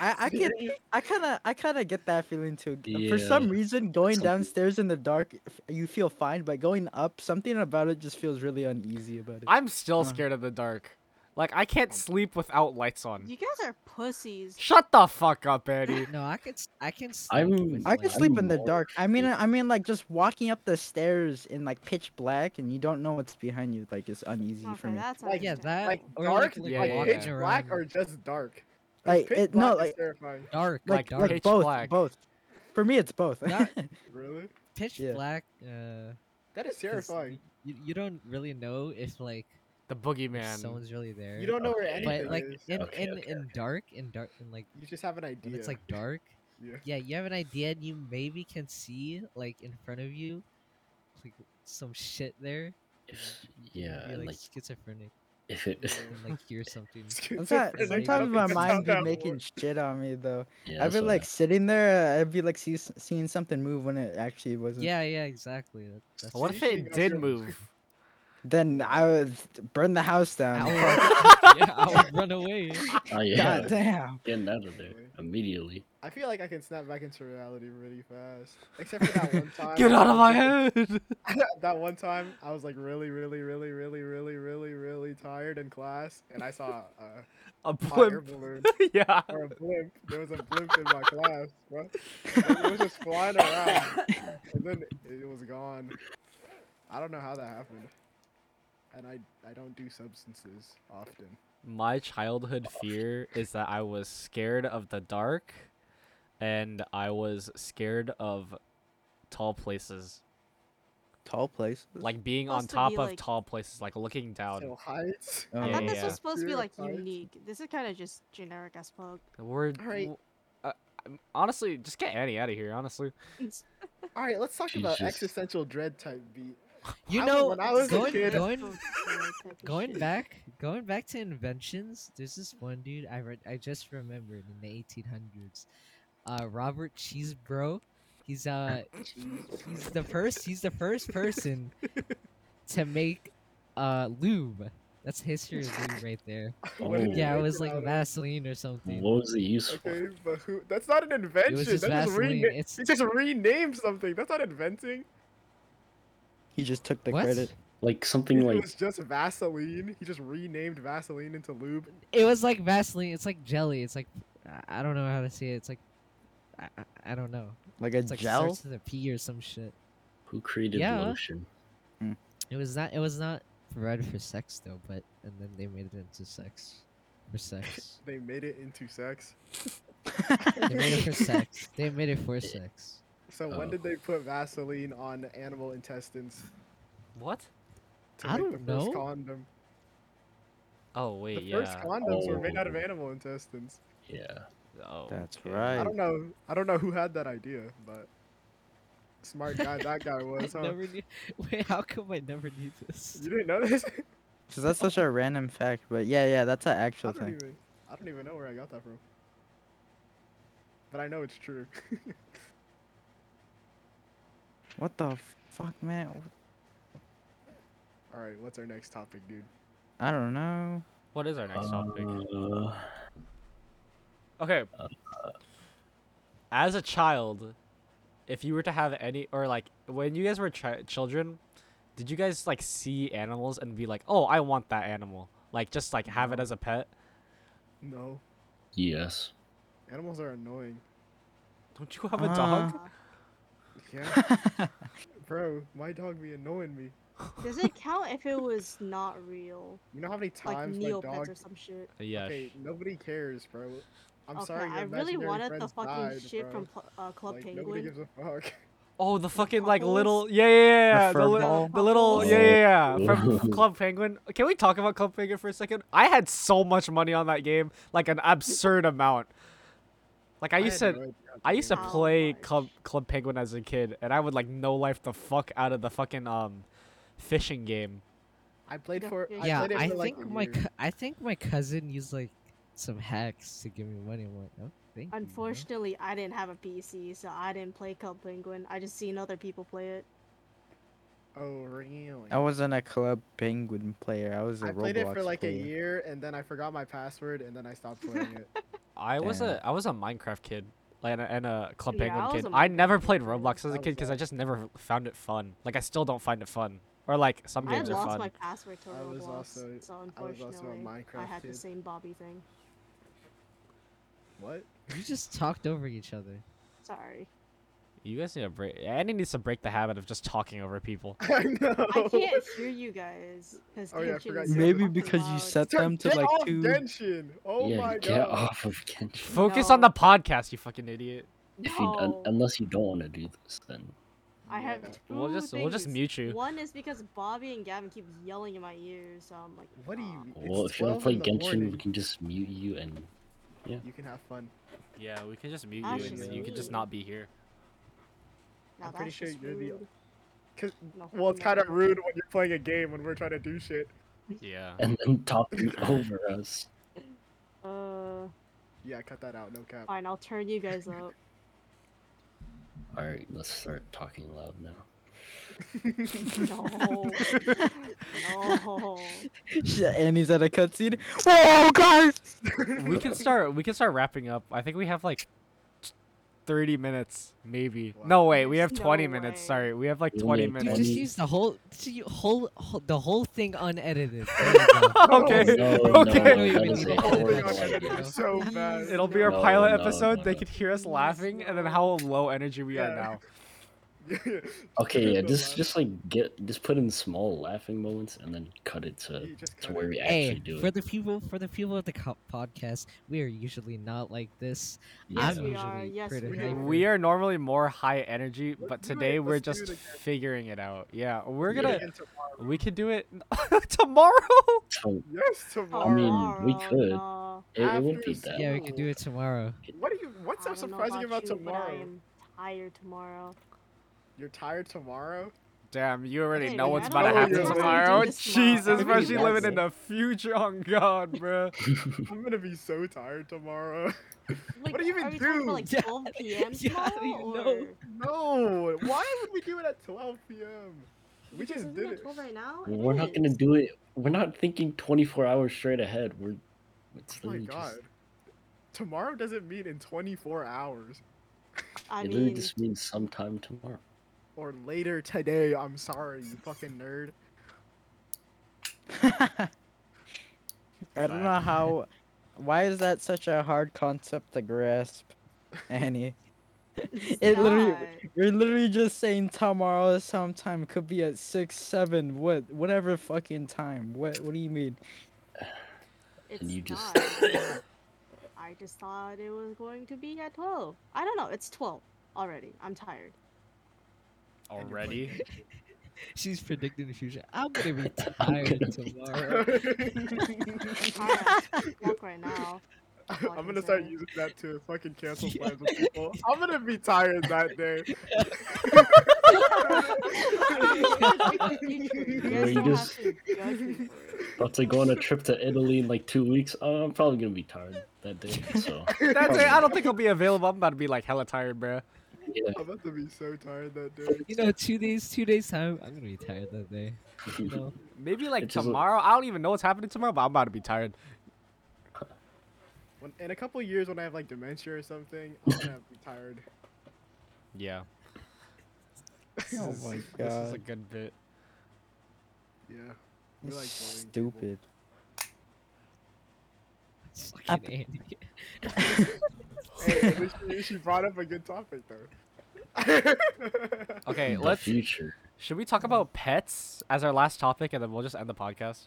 [SPEAKER 7] I, I get I kind of I kind of get that feeling too. For
[SPEAKER 4] Yeah.
[SPEAKER 7] some reason, going
[SPEAKER 4] Some peop-
[SPEAKER 7] downstairs in the dark, f- you feel fine, but going up, something about it just feels really uneasy about it.
[SPEAKER 2] I'm still
[SPEAKER 7] Uh.
[SPEAKER 2] scared of the dark. Like I can't
[SPEAKER 1] Um,
[SPEAKER 2] sleep without lights on.
[SPEAKER 5] you guys are pussies.
[SPEAKER 2] Shut the fuck up, Eddie.
[SPEAKER 3] No, I can s- I can sleep.
[SPEAKER 4] I'm-
[SPEAKER 3] with
[SPEAKER 7] I could
[SPEAKER 3] light.
[SPEAKER 4] I'm
[SPEAKER 7] sleep in the
[SPEAKER 4] more
[SPEAKER 7] dark. I mean,
[SPEAKER 4] afraid-
[SPEAKER 7] I mean, like just walking up the stairs in like pitch black, and you don't know what's behind you. Like it's uneasy
[SPEAKER 5] Okay,
[SPEAKER 7] for me.
[SPEAKER 5] that's
[SPEAKER 1] Like,
[SPEAKER 3] Yeah,
[SPEAKER 5] understandable.
[SPEAKER 3] that
[SPEAKER 1] Like
[SPEAKER 3] or
[SPEAKER 1] dark,
[SPEAKER 3] like,
[SPEAKER 1] like,
[SPEAKER 2] yeah, yeah,
[SPEAKER 1] pitch
[SPEAKER 3] walking
[SPEAKER 1] black,
[SPEAKER 3] around.
[SPEAKER 1] or just dark?
[SPEAKER 7] Like,
[SPEAKER 1] pitch
[SPEAKER 7] it-
[SPEAKER 1] black
[SPEAKER 7] no,
[SPEAKER 1] is
[SPEAKER 7] like-
[SPEAKER 1] terrifying.
[SPEAKER 3] dark,
[SPEAKER 7] Like,
[SPEAKER 2] dark
[SPEAKER 7] like
[SPEAKER 2] pitch
[SPEAKER 7] both,
[SPEAKER 2] black.
[SPEAKER 7] both. For me, it's both.
[SPEAKER 3] That-
[SPEAKER 1] Really?
[SPEAKER 3] pitch
[SPEAKER 7] Yeah.
[SPEAKER 3] black. Uh,
[SPEAKER 1] That is
[SPEAKER 3] 'cause
[SPEAKER 1] terrifying.
[SPEAKER 3] You, you don't really know if like
[SPEAKER 2] The
[SPEAKER 3] if
[SPEAKER 2] boogeyman.
[SPEAKER 3] someone's really there.
[SPEAKER 1] You don't know where
[SPEAKER 4] Okay.
[SPEAKER 1] anything
[SPEAKER 3] But like
[SPEAKER 1] is.
[SPEAKER 3] in
[SPEAKER 4] Okay,
[SPEAKER 3] in,
[SPEAKER 4] okay,
[SPEAKER 3] in dark in dark in like
[SPEAKER 1] You just have an idea.
[SPEAKER 3] when it's like dark.
[SPEAKER 1] Yeah.
[SPEAKER 3] Yeah, you have an idea and you maybe can see like in front of you, like some shit there.
[SPEAKER 4] If, yeah,
[SPEAKER 3] You're
[SPEAKER 4] and,
[SPEAKER 3] like,
[SPEAKER 4] like
[SPEAKER 3] schizophrenic
[SPEAKER 4] if it,
[SPEAKER 3] and like hear something.
[SPEAKER 7] Sometimes,
[SPEAKER 3] Like,
[SPEAKER 7] sometimes my
[SPEAKER 3] that's
[SPEAKER 7] mind be
[SPEAKER 1] how that
[SPEAKER 7] making
[SPEAKER 1] works.
[SPEAKER 7] shit on me though.
[SPEAKER 4] yeah,
[SPEAKER 7] I'd
[SPEAKER 4] that's
[SPEAKER 7] be
[SPEAKER 4] what
[SPEAKER 7] like
[SPEAKER 4] hap-
[SPEAKER 7] sitting there, uh, I'd be like see, seeing something move when it actually wasn't.
[SPEAKER 3] yeah, yeah, exactly. That, that's
[SPEAKER 2] What
[SPEAKER 3] it.
[SPEAKER 2] if
[SPEAKER 1] Speaking
[SPEAKER 2] it
[SPEAKER 1] of
[SPEAKER 2] did
[SPEAKER 1] your-
[SPEAKER 2] move?
[SPEAKER 7] Then I would burn the house
[SPEAKER 3] I
[SPEAKER 7] down.
[SPEAKER 3] would, yeah, I would run away.
[SPEAKER 4] oh yeah,
[SPEAKER 7] God damn.
[SPEAKER 4] getting out of there immediately.
[SPEAKER 1] I feel like I can snap back into reality really fast. Except for that one time.
[SPEAKER 2] Get
[SPEAKER 1] I
[SPEAKER 2] out
[SPEAKER 1] was
[SPEAKER 2] of my
[SPEAKER 1] like-
[SPEAKER 2] head!
[SPEAKER 1] that one time I was like really, really, really, really, really, really, really tired in class, and I saw a
[SPEAKER 2] A
[SPEAKER 1] hot air
[SPEAKER 2] blimp.
[SPEAKER 1] balloon
[SPEAKER 2] yeah.
[SPEAKER 1] or a blimp. There was a blimp in my class, bro. And it was just flying around, and then it was gone. I don't know how that happened, and I I don't do substances often.
[SPEAKER 2] My childhood fear is that I was scared of the dark and I was scared of tall places.
[SPEAKER 7] Tall place.
[SPEAKER 2] Like being on
[SPEAKER 5] Supposed to
[SPEAKER 2] top
[SPEAKER 5] be,
[SPEAKER 2] of
[SPEAKER 5] like-
[SPEAKER 2] tall places, like looking down.
[SPEAKER 1] So heights.
[SPEAKER 7] Um,
[SPEAKER 5] I thought
[SPEAKER 2] Yeah,
[SPEAKER 5] this
[SPEAKER 2] yeah.
[SPEAKER 5] was supposed to be
[SPEAKER 1] Fear of
[SPEAKER 5] like
[SPEAKER 1] heights.
[SPEAKER 5] unique. This is kind of just generic as fuck.
[SPEAKER 2] We're
[SPEAKER 1] Alright.
[SPEAKER 2] w- uh, um, honestly just get Annie out of here, honestly.
[SPEAKER 1] All right, let's talk about
[SPEAKER 4] Jesus.
[SPEAKER 1] existential dread type beat.
[SPEAKER 3] You
[SPEAKER 1] I-
[SPEAKER 3] know,
[SPEAKER 1] when I was a
[SPEAKER 3] going
[SPEAKER 1] kid-
[SPEAKER 3] going
[SPEAKER 5] Fuck, yeah, type of
[SPEAKER 3] going
[SPEAKER 5] shit.
[SPEAKER 3] back going back to inventions. There's this one dude I read. I just remembered in the 1800s. Uh, Robert Cheesebro. He's uh he's the first he's the first person to make uh lube. That's history of me right there.
[SPEAKER 4] Oh,
[SPEAKER 3] Yeah, it
[SPEAKER 1] Think
[SPEAKER 3] was like
[SPEAKER 1] about it.
[SPEAKER 3] Vaseline or something.
[SPEAKER 4] what was it used for?
[SPEAKER 1] Okay, but who? That's not an invention.
[SPEAKER 3] just
[SPEAKER 1] that just
[SPEAKER 3] Vaseline,
[SPEAKER 1] rena-
[SPEAKER 3] it's-
[SPEAKER 1] He just renamed something. That's not inventing.
[SPEAKER 7] He just took the
[SPEAKER 3] What?
[SPEAKER 7] credit.
[SPEAKER 4] Like
[SPEAKER 1] It
[SPEAKER 4] something like
[SPEAKER 1] was just Vaseline. He just renamed Vaseline into lube.
[SPEAKER 3] It was like Vaseline. It's like jelly. It's like I- I don't know how to say it. It's like I, I, I don't know.
[SPEAKER 7] Like a
[SPEAKER 3] It's like
[SPEAKER 7] gel?
[SPEAKER 3] starts with a P or some shit.
[SPEAKER 4] who created
[SPEAKER 3] Yeah.
[SPEAKER 4] lotion?
[SPEAKER 3] It was not. It was not provided for sex though. But and then they made it into sex. For sex.
[SPEAKER 1] They made it into sex.
[SPEAKER 3] they made it for sex. They made it for sex.
[SPEAKER 1] So when
[SPEAKER 4] Oh.
[SPEAKER 1] did they put Vaseline on animal intestines
[SPEAKER 2] What?
[SPEAKER 1] to
[SPEAKER 3] I
[SPEAKER 1] make
[SPEAKER 3] don't
[SPEAKER 1] the
[SPEAKER 3] know.
[SPEAKER 1] first condom?
[SPEAKER 2] Oh
[SPEAKER 1] The
[SPEAKER 2] wait,
[SPEAKER 1] first
[SPEAKER 2] yeah.
[SPEAKER 1] condoms were made out of
[SPEAKER 4] Oh.
[SPEAKER 1] animal intestines.
[SPEAKER 4] Yeah.
[SPEAKER 2] Oh,
[SPEAKER 7] That's
[SPEAKER 2] okay.
[SPEAKER 7] right.
[SPEAKER 1] I don't know. I don't know who had that idea, but smart guy that guy was.
[SPEAKER 3] I
[SPEAKER 1] Huh?
[SPEAKER 3] never knew. Wait, how come I never knew this?
[SPEAKER 1] You didn't know this?
[SPEAKER 7] Cause that's such a random fact, but yeah, yeah, that's an
[SPEAKER 1] I
[SPEAKER 7] actual
[SPEAKER 1] don't
[SPEAKER 7] thing.
[SPEAKER 1] even. I don't even know where I got that from. But I know it's true.
[SPEAKER 7] What the fuck, man? Wh-
[SPEAKER 1] All right, what's our next topic, dude?
[SPEAKER 7] I don't know.
[SPEAKER 2] What is our next topic?
[SPEAKER 4] Uh,
[SPEAKER 2] Okay. As a child, if you were to have any, or like when you guys were chi- children, did you guys like see animals and be like, "Oh, I want that animal"? Like just like have it as a pet.
[SPEAKER 1] No,
[SPEAKER 4] yes.
[SPEAKER 1] animals are annoying.
[SPEAKER 2] Don't you have a dog?
[SPEAKER 1] Yeah, bro, my dog be annoying me.
[SPEAKER 5] Does it count if it was not real?
[SPEAKER 1] You know how many
[SPEAKER 5] Like
[SPEAKER 1] times my
[SPEAKER 5] Neopets
[SPEAKER 1] dog?
[SPEAKER 5] or some shit.
[SPEAKER 2] Yeah.
[SPEAKER 1] Okay, nobody cares, bro. I'm
[SPEAKER 5] okay,
[SPEAKER 1] sorry. your
[SPEAKER 5] I really
[SPEAKER 1] imaginary
[SPEAKER 5] wanted the
[SPEAKER 1] friends
[SPEAKER 5] fucking
[SPEAKER 1] died,
[SPEAKER 5] shit
[SPEAKER 1] bro.
[SPEAKER 5] from Pl- uh, Club
[SPEAKER 1] like, Nobody
[SPEAKER 5] Penguin.
[SPEAKER 1] gives a fuck.
[SPEAKER 2] Oh, the fucking like
[SPEAKER 5] Puffles?
[SPEAKER 2] little yeah yeah yeah the,
[SPEAKER 7] fur
[SPEAKER 2] li-
[SPEAKER 7] ball?
[SPEAKER 2] the little
[SPEAKER 5] Puffles?
[SPEAKER 2] yeah yeah yeah from
[SPEAKER 4] Oh.
[SPEAKER 2] Club Penguin. Can we talk about Club Penguin for a second? I had so much money on that game, like an absurd amount. Like I used
[SPEAKER 1] had no
[SPEAKER 2] to
[SPEAKER 1] idea how
[SPEAKER 2] I used to
[SPEAKER 5] How
[SPEAKER 2] play
[SPEAKER 5] much?
[SPEAKER 2] Club Club Penguin as a kid, and I would like no life the fuck out of the fucking um fishing game.
[SPEAKER 1] I played
[SPEAKER 5] Yeah,
[SPEAKER 1] for. I
[SPEAKER 3] yeah,
[SPEAKER 1] played it
[SPEAKER 3] I
[SPEAKER 1] for, like,
[SPEAKER 3] think
[SPEAKER 1] a
[SPEAKER 3] my
[SPEAKER 1] year.
[SPEAKER 3] cou- I think my cousin used like some hacks to give me money. I'm like, oh, thank you, you. know?"
[SPEAKER 5] Unfortunately, I didn't have a PC, so I didn't play Club Penguin. I just seen other people play it.
[SPEAKER 1] Oh really?
[SPEAKER 7] I wasn't a club penguin player. I was a
[SPEAKER 1] I played
[SPEAKER 7] Roblox
[SPEAKER 1] it for like
[SPEAKER 7] player.
[SPEAKER 1] a year, and then I forgot my password, and then I stopped playing it.
[SPEAKER 2] I was
[SPEAKER 7] Damn.
[SPEAKER 2] a I was a Minecraft kid. Like, and a, and a Club
[SPEAKER 5] Yeah, I
[SPEAKER 2] Penguin
[SPEAKER 5] was
[SPEAKER 2] kid.
[SPEAKER 5] a
[SPEAKER 2] I never
[SPEAKER 5] Minecraft
[SPEAKER 2] played
[SPEAKER 5] kid.
[SPEAKER 2] Roblox as
[SPEAKER 1] I
[SPEAKER 2] a
[SPEAKER 1] was
[SPEAKER 2] kid because I
[SPEAKER 1] that.
[SPEAKER 2] just never found it fun. Like I still don't find it fun. Or like some
[SPEAKER 5] I
[SPEAKER 2] games are
[SPEAKER 5] lost
[SPEAKER 2] fun.
[SPEAKER 5] my password to
[SPEAKER 1] I was
[SPEAKER 5] Roblox,
[SPEAKER 1] also-
[SPEAKER 5] so
[SPEAKER 1] I was
[SPEAKER 5] unfortunately,
[SPEAKER 1] also a
[SPEAKER 5] I
[SPEAKER 1] Minecraft
[SPEAKER 5] had the
[SPEAKER 1] kid.
[SPEAKER 5] same Bobby thing.
[SPEAKER 1] What?
[SPEAKER 3] You just talked over each other.
[SPEAKER 5] Sorry,
[SPEAKER 2] You guys need to break. Andy needs to break the habit of just talking over people.
[SPEAKER 1] I know.
[SPEAKER 5] I can't hear you guys because
[SPEAKER 1] Oh, yeah, I forgot you had
[SPEAKER 7] Maybe because you set
[SPEAKER 1] Turn-
[SPEAKER 7] them to
[SPEAKER 1] get
[SPEAKER 7] like
[SPEAKER 1] off
[SPEAKER 7] two.
[SPEAKER 1] Genshin. Oh
[SPEAKER 4] yeah,
[SPEAKER 1] my god.
[SPEAKER 4] get off of Genshin.
[SPEAKER 2] Focus on
[SPEAKER 5] No.
[SPEAKER 2] the podcast, you fucking idiot.
[SPEAKER 4] If you, un-
[SPEAKER 5] No,
[SPEAKER 4] unless you don't want to do this, then
[SPEAKER 5] I have
[SPEAKER 1] Yeah.
[SPEAKER 5] two
[SPEAKER 2] We'll just we'll just
[SPEAKER 5] things.
[SPEAKER 2] mute you.
[SPEAKER 5] One is because Bobby and Gavin keep yelling in my ears, so I'm like,
[SPEAKER 1] What do
[SPEAKER 5] "Nah."
[SPEAKER 1] you? It's
[SPEAKER 4] well, if you don't
[SPEAKER 1] 12
[SPEAKER 4] play
[SPEAKER 1] in the
[SPEAKER 4] Genshin, we
[SPEAKER 1] morning.
[SPEAKER 4] can just mute you and
[SPEAKER 1] you can have fun.
[SPEAKER 2] Yeah, we can just mute
[SPEAKER 5] you
[SPEAKER 1] and Actually, then you can just
[SPEAKER 5] not
[SPEAKER 2] be here.
[SPEAKER 5] Nah,
[SPEAKER 1] I'm pretty
[SPEAKER 5] that's just
[SPEAKER 1] sure you're the-
[SPEAKER 5] rude.
[SPEAKER 1] 'Cause-
[SPEAKER 5] No,
[SPEAKER 1] Well, it's
[SPEAKER 5] no,
[SPEAKER 1] kind of
[SPEAKER 5] no.
[SPEAKER 1] rude when you're playing a game when we're trying to do shit.
[SPEAKER 2] Yeah.
[SPEAKER 4] and then talking over us.
[SPEAKER 5] Uh,
[SPEAKER 1] Yeah, cut that out. No cap.
[SPEAKER 5] fine, I'll turn you guys up.
[SPEAKER 4] All right, let's start talking loud now.
[SPEAKER 5] No, no.
[SPEAKER 7] and he's at a cutscene. Whoa, guys!
[SPEAKER 2] we can start we can start wrapping up. I think we have like 30 minutes maybe. No
[SPEAKER 1] Wow.
[SPEAKER 2] wait, we have
[SPEAKER 5] There's
[SPEAKER 2] 20
[SPEAKER 5] no
[SPEAKER 2] minutes.
[SPEAKER 5] way.
[SPEAKER 2] Sorry. We have like
[SPEAKER 4] We
[SPEAKER 2] 20
[SPEAKER 4] only have
[SPEAKER 3] Dude,
[SPEAKER 2] minutes.
[SPEAKER 3] just
[SPEAKER 4] Money.
[SPEAKER 3] use the whole, just you- whole, whole the whole thing unedited. There you go.
[SPEAKER 2] okay.
[SPEAKER 4] No,
[SPEAKER 2] okay.
[SPEAKER 4] no, that
[SPEAKER 3] Wait,
[SPEAKER 4] is
[SPEAKER 3] wait,
[SPEAKER 4] a
[SPEAKER 1] Oh
[SPEAKER 3] wait, wait,
[SPEAKER 4] horrible
[SPEAKER 3] wait,
[SPEAKER 4] idea.
[SPEAKER 3] wait.
[SPEAKER 1] so bad.
[SPEAKER 2] It'll be our
[SPEAKER 4] No,
[SPEAKER 2] pilot
[SPEAKER 4] no,
[SPEAKER 2] episode.
[SPEAKER 4] no,
[SPEAKER 2] They
[SPEAKER 4] no.
[SPEAKER 2] could hear us
[SPEAKER 5] Please,
[SPEAKER 2] laughing and then
[SPEAKER 5] no.
[SPEAKER 2] how low energy we are
[SPEAKER 1] Yeah.
[SPEAKER 2] now.
[SPEAKER 4] Okay, yeah, just
[SPEAKER 1] So
[SPEAKER 4] just like get just put in small laughing moments and then cut it
[SPEAKER 1] bad.
[SPEAKER 4] to
[SPEAKER 1] You just
[SPEAKER 4] to
[SPEAKER 1] cut
[SPEAKER 4] where
[SPEAKER 1] it.
[SPEAKER 4] we actually
[SPEAKER 3] Hey,
[SPEAKER 4] do
[SPEAKER 3] for
[SPEAKER 4] it.
[SPEAKER 3] the people, for the people of the co- podcast, we are usually not like this.
[SPEAKER 5] Yes,
[SPEAKER 3] I'm
[SPEAKER 5] we
[SPEAKER 3] usually
[SPEAKER 5] are. Yes,
[SPEAKER 3] pretty
[SPEAKER 5] we
[SPEAKER 3] hyper.
[SPEAKER 5] are.
[SPEAKER 2] We are normally more high energy,
[SPEAKER 1] Let's
[SPEAKER 2] but
[SPEAKER 1] do it,
[SPEAKER 2] today we're
[SPEAKER 1] let's do
[SPEAKER 2] just
[SPEAKER 1] it again.
[SPEAKER 2] figuring it out. Yeah, we're
[SPEAKER 1] Yeah.
[SPEAKER 2] gonna.
[SPEAKER 1] And tomorrow.
[SPEAKER 2] We could do it tomorrow.
[SPEAKER 4] So
[SPEAKER 1] Yes,
[SPEAKER 5] Tomorrow,
[SPEAKER 1] tomorrow.
[SPEAKER 4] mean, we could.
[SPEAKER 5] nah.
[SPEAKER 4] it, it won't be
[SPEAKER 1] After
[SPEAKER 4] that.
[SPEAKER 3] Yeah, we can do it tomorrow.
[SPEAKER 1] what are you? What's
[SPEAKER 5] I
[SPEAKER 1] so
[SPEAKER 5] don't know
[SPEAKER 1] surprising about,
[SPEAKER 5] you, but I
[SPEAKER 1] tomorrow?
[SPEAKER 5] am tired tomorrow.
[SPEAKER 1] You're tired tomorrow?
[SPEAKER 2] Damn, you already
[SPEAKER 5] Hey,
[SPEAKER 2] know
[SPEAKER 5] man,
[SPEAKER 2] what's
[SPEAKER 5] I
[SPEAKER 2] about to
[SPEAKER 1] don't know
[SPEAKER 2] happen
[SPEAKER 1] what you're
[SPEAKER 2] tomorrow.
[SPEAKER 5] gonna do tomorrow.
[SPEAKER 2] Jesus, bro,
[SPEAKER 5] Everything
[SPEAKER 2] she living
[SPEAKER 4] else.
[SPEAKER 2] in the future on God, bro.
[SPEAKER 1] I'm gonna be so tired tomorrow.
[SPEAKER 5] Like,
[SPEAKER 1] do you even
[SPEAKER 5] are we talking
[SPEAKER 1] do?
[SPEAKER 5] about like
[SPEAKER 3] Yeah,
[SPEAKER 5] 12 p.m.
[SPEAKER 3] yeah,
[SPEAKER 5] tomorrow?
[SPEAKER 3] you know.
[SPEAKER 5] or-
[SPEAKER 1] no, why would we do it at 12 p.m.? We just
[SPEAKER 5] isn't
[SPEAKER 1] did
[SPEAKER 5] it
[SPEAKER 1] it.
[SPEAKER 5] 12 right now?
[SPEAKER 4] We're not gonna
[SPEAKER 5] It
[SPEAKER 4] do it. We're not thinking 24 hours straight ahead. We're. It's
[SPEAKER 1] Oh my
[SPEAKER 4] literally
[SPEAKER 1] god.
[SPEAKER 4] just.
[SPEAKER 1] Tomorrow doesn't mean in 24 hours
[SPEAKER 5] is. I
[SPEAKER 4] it literally
[SPEAKER 5] mean,
[SPEAKER 4] just means sometime tomorrow.
[SPEAKER 1] or later today. I'm sorry, you fucking nerd.
[SPEAKER 7] I don't know how. Why is that such a hard concept to grasp, Annie? it literally,
[SPEAKER 5] God.
[SPEAKER 7] you're literally just saying tomorrow sometime could be at six, seven, what, whatever fucking time. What, what do you mean?
[SPEAKER 5] It's
[SPEAKER 4] you just-
[SPEAKER 5] not. I just thought it was going to be at 12. I don't know. It's 12 already. I'm tired.
[SPEAKER 8] Already?
[SPEAKER 3] She's predicting the future. I'm gonna be tired
[SPEAKER 4] gonna be
[SPEAKER 3] tomorrow.
[SPEAKER 5] I'm drunk right now.
[SPEAKER 1] I'm gonna start using that to fucking cancel plans with people. I'm gonna be tired that day.
[SPEAKER 5] You
[SPEAKER 4] Or
[SPEAKER 5] guys
[SPEAKER 4] you
[SPEAKER 5] don't
[SPEAKER 4] just-
[SPEAKER 5] have to judge me for it.
[SPEAKER 4] About to go on a trip to Italy in like two weeks. Oh, I'm probably gonna be tired that day. So
[SPEAKER 8] That's it. I don't think I'll be available. I'm about to be like hella tired, bruh.
[SPEAKER 4] yeah,
[SPEAKER 1] I'm about to be so tired that day.
[SPEAKER 3] you know, two days, two days time. I'm gonna be tired that day. You know,
[SPEAKER 8] Maybe like
[SPEAKER 4] It just-
[SPEAKER 8] tomorrow. I don't even know what's happening tomorrow, but I'm about to be tired.
[SPEAKER 1] When, in a couple years, when I have like dementia or something, I'm gonna be tired.
[SPEAKER 8] Yeah.
[SPEAKER 7] Oh
[SPEAKER 8] This
[SPEAKER 7] my
[SPEAKER 8] is- This is a
[SPEAKER 7] god.
[SPEAKER 8] good bit.
[SPEAKER 1] Yeah. we
[SPEAKER 7] It's
[SPEAKER 1] like bullying people.
[SPEAKER 7] stupid.
[SPEAKER 3] it's fucking Andy.
[SPEAKER 1] Hey, at least she, she brought up a good topic though.
[SPEAKER 8] Okay,
[SPEAKER 4] the
[SPEAKER 8] let's.
[SPEAKER 4] future.
[SPEAKER 8] Should we talk about pets as our last topic, and then we'll just end the podcast?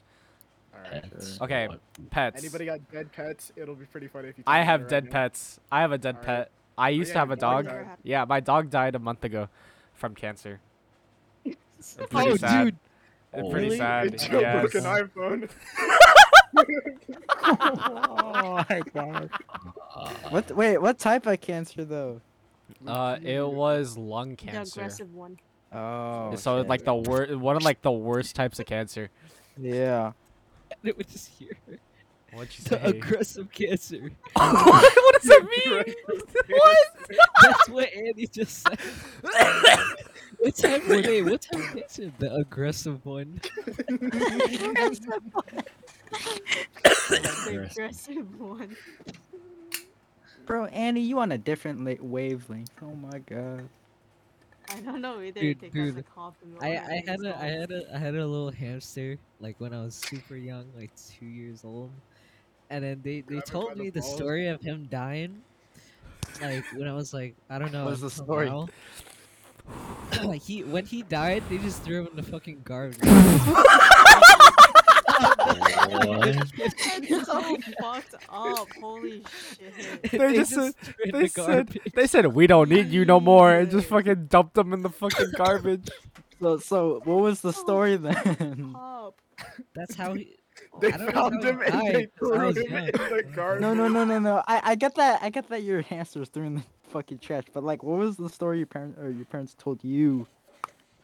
[SPEAKER 4] Pets.
[SPEAKER 8] Okay, pets.
[SPEAKER 1] Anybody got dead pets? It'll be pretty funny if you.
[SPEAKER 8] I
[SPEAKER 1] talk about
[SPEAKER 8] have
[SPEAKER 1] it
[SPEAKER 8] dead
[SPEAKER 1] right now.
[SPEAKER 8] pets. I have a dead
[SPEAKER 1] Alright.
[SPEAKER 8] pet. I used to
[SPEAKER 1] yeah,
[SPEAKER 8] have a
[SPEAKER 1] your dog
[SPEAKER 8] dog.
[SPEAKER 1] died.
[SPEAKER 8] Yeah, my dog died a month ago from cancer. Pretty
[SPEAKER 3] oh,
[SPEAKER 8] sad.
[SPEAKER 3] dude.
[SPEAKER 8] Uh,
[SPEAKER 4] Oh.
[SPEAKER 8] Pretty
[SPEAKER 4] Really?
[SPEAKER 8] sad.
[SPEAKER 1] It jumped like
[SPEAKER 8] yes.
[SPEAKER 1] an iPhone.
[SPEAKER 7] Oh my god.
[SPEAKER 4] Uh,
[SPEAKER 7] What? Wait, what type of cancer though?
[SPEAKER 1] Oh,
[SPEAKER 8] Uh, it was lung
[SPEAKER 5] The
[SPEAKER 8] cancer.
[SPEAKER 5] aggressive one.
[SPEAKER 7] Oh.
[SPEAKER 8] so
[SPEAKER 7] shit.
[SPEAKER 8] like the worst, one of like the worst types of cancer.
[SPEAKER 7] Yeah.
[SPEAKER 3] It was just here.
[SPEAKER 8] What'd you
[SPEAKER 3] The
[SPEAKER 8] say?
[SPEAKER 3] aggressive cancer.
[SPEAKER 8] what? what does that mean?
[SPEAKER 3] That's what Andy just said. what time of day? What time of cancer? The aggressive one.
[SPEAKER 5] The
[SPEAKER 4] Interesting.
[SPEAKER 5] aggressive one.
[SPEAKER 7] Bro, Annie, you on a different la- wavelength. Oh my god.
[SPEAKER 5] I don't know either.
[SPEAKER 3] Dude,
[SPEAKER 5] I think that's a
[SPEAKER 3] dude,
[SPEAKER 5] compliment.
[SPEAKER 3] I,
[SPEAKER 5] or
[SPEAKER 3] I had a I had
[SPEAKER 5] insult.
[SPEAKER 3] a I had a little hamster like when I was super young, like two years old, and then they, they
[SPEAKER 1] Grab it by
[SPEAKER 3] told
[SPEAKER 1] the
[SPEAKER 3] me the
[SPEAKER 1] balls.
[SPEAKER 3] story of him dying, like when I was like I don't know.
[SPEAKER 7] What is the
[SPEAKER 3] until
[SPEAKER 7] story?
[SPEAKER 3] now. Like, he when he died, they just threw him in the fucking garbage.
[SPEAKER 4] what?
[SPEAKER 5] That's so fucked up. Holy shit.
[SPEAKER 8] They just said-
[SPEAKER 3] threw it in
[SPEAKER 8] they
[SPEAKER 3] the
[SPEAKER 8] said
[SPEAKER 3] garbage.
[SPEAKER 8] they said we don't need you no more, and just fucking dumped them in the fucking garbage.
[SPEAKER 7] So, so what was the story then?
[SPEAKER 5] Up.
[SPEAKER 3] That's how he.
[SPEAKER 1] They
[SPEAKER 3] I don't know
[SPEAKER 1] found
[SPEAKER 3] how
[SPEAKER 1] him
[SPEAKER 3] it
[SPEAKER 1] and they
[SPEAKER 3] died, 'cause
[SPEAKER 1] threw
[SPEAKER 3] I
[SPEAKER 1] him
[SPEAKER 3] was
[SPEAKER 1] in
[SPEAKER 3] young.
[SPEAKER 1] the garbage.
[SPEAKER 7] No, no, no, no, no. I, I get that. I get that your hamster's threw in the fucking trash. But like, what was the story your parents or your parents told you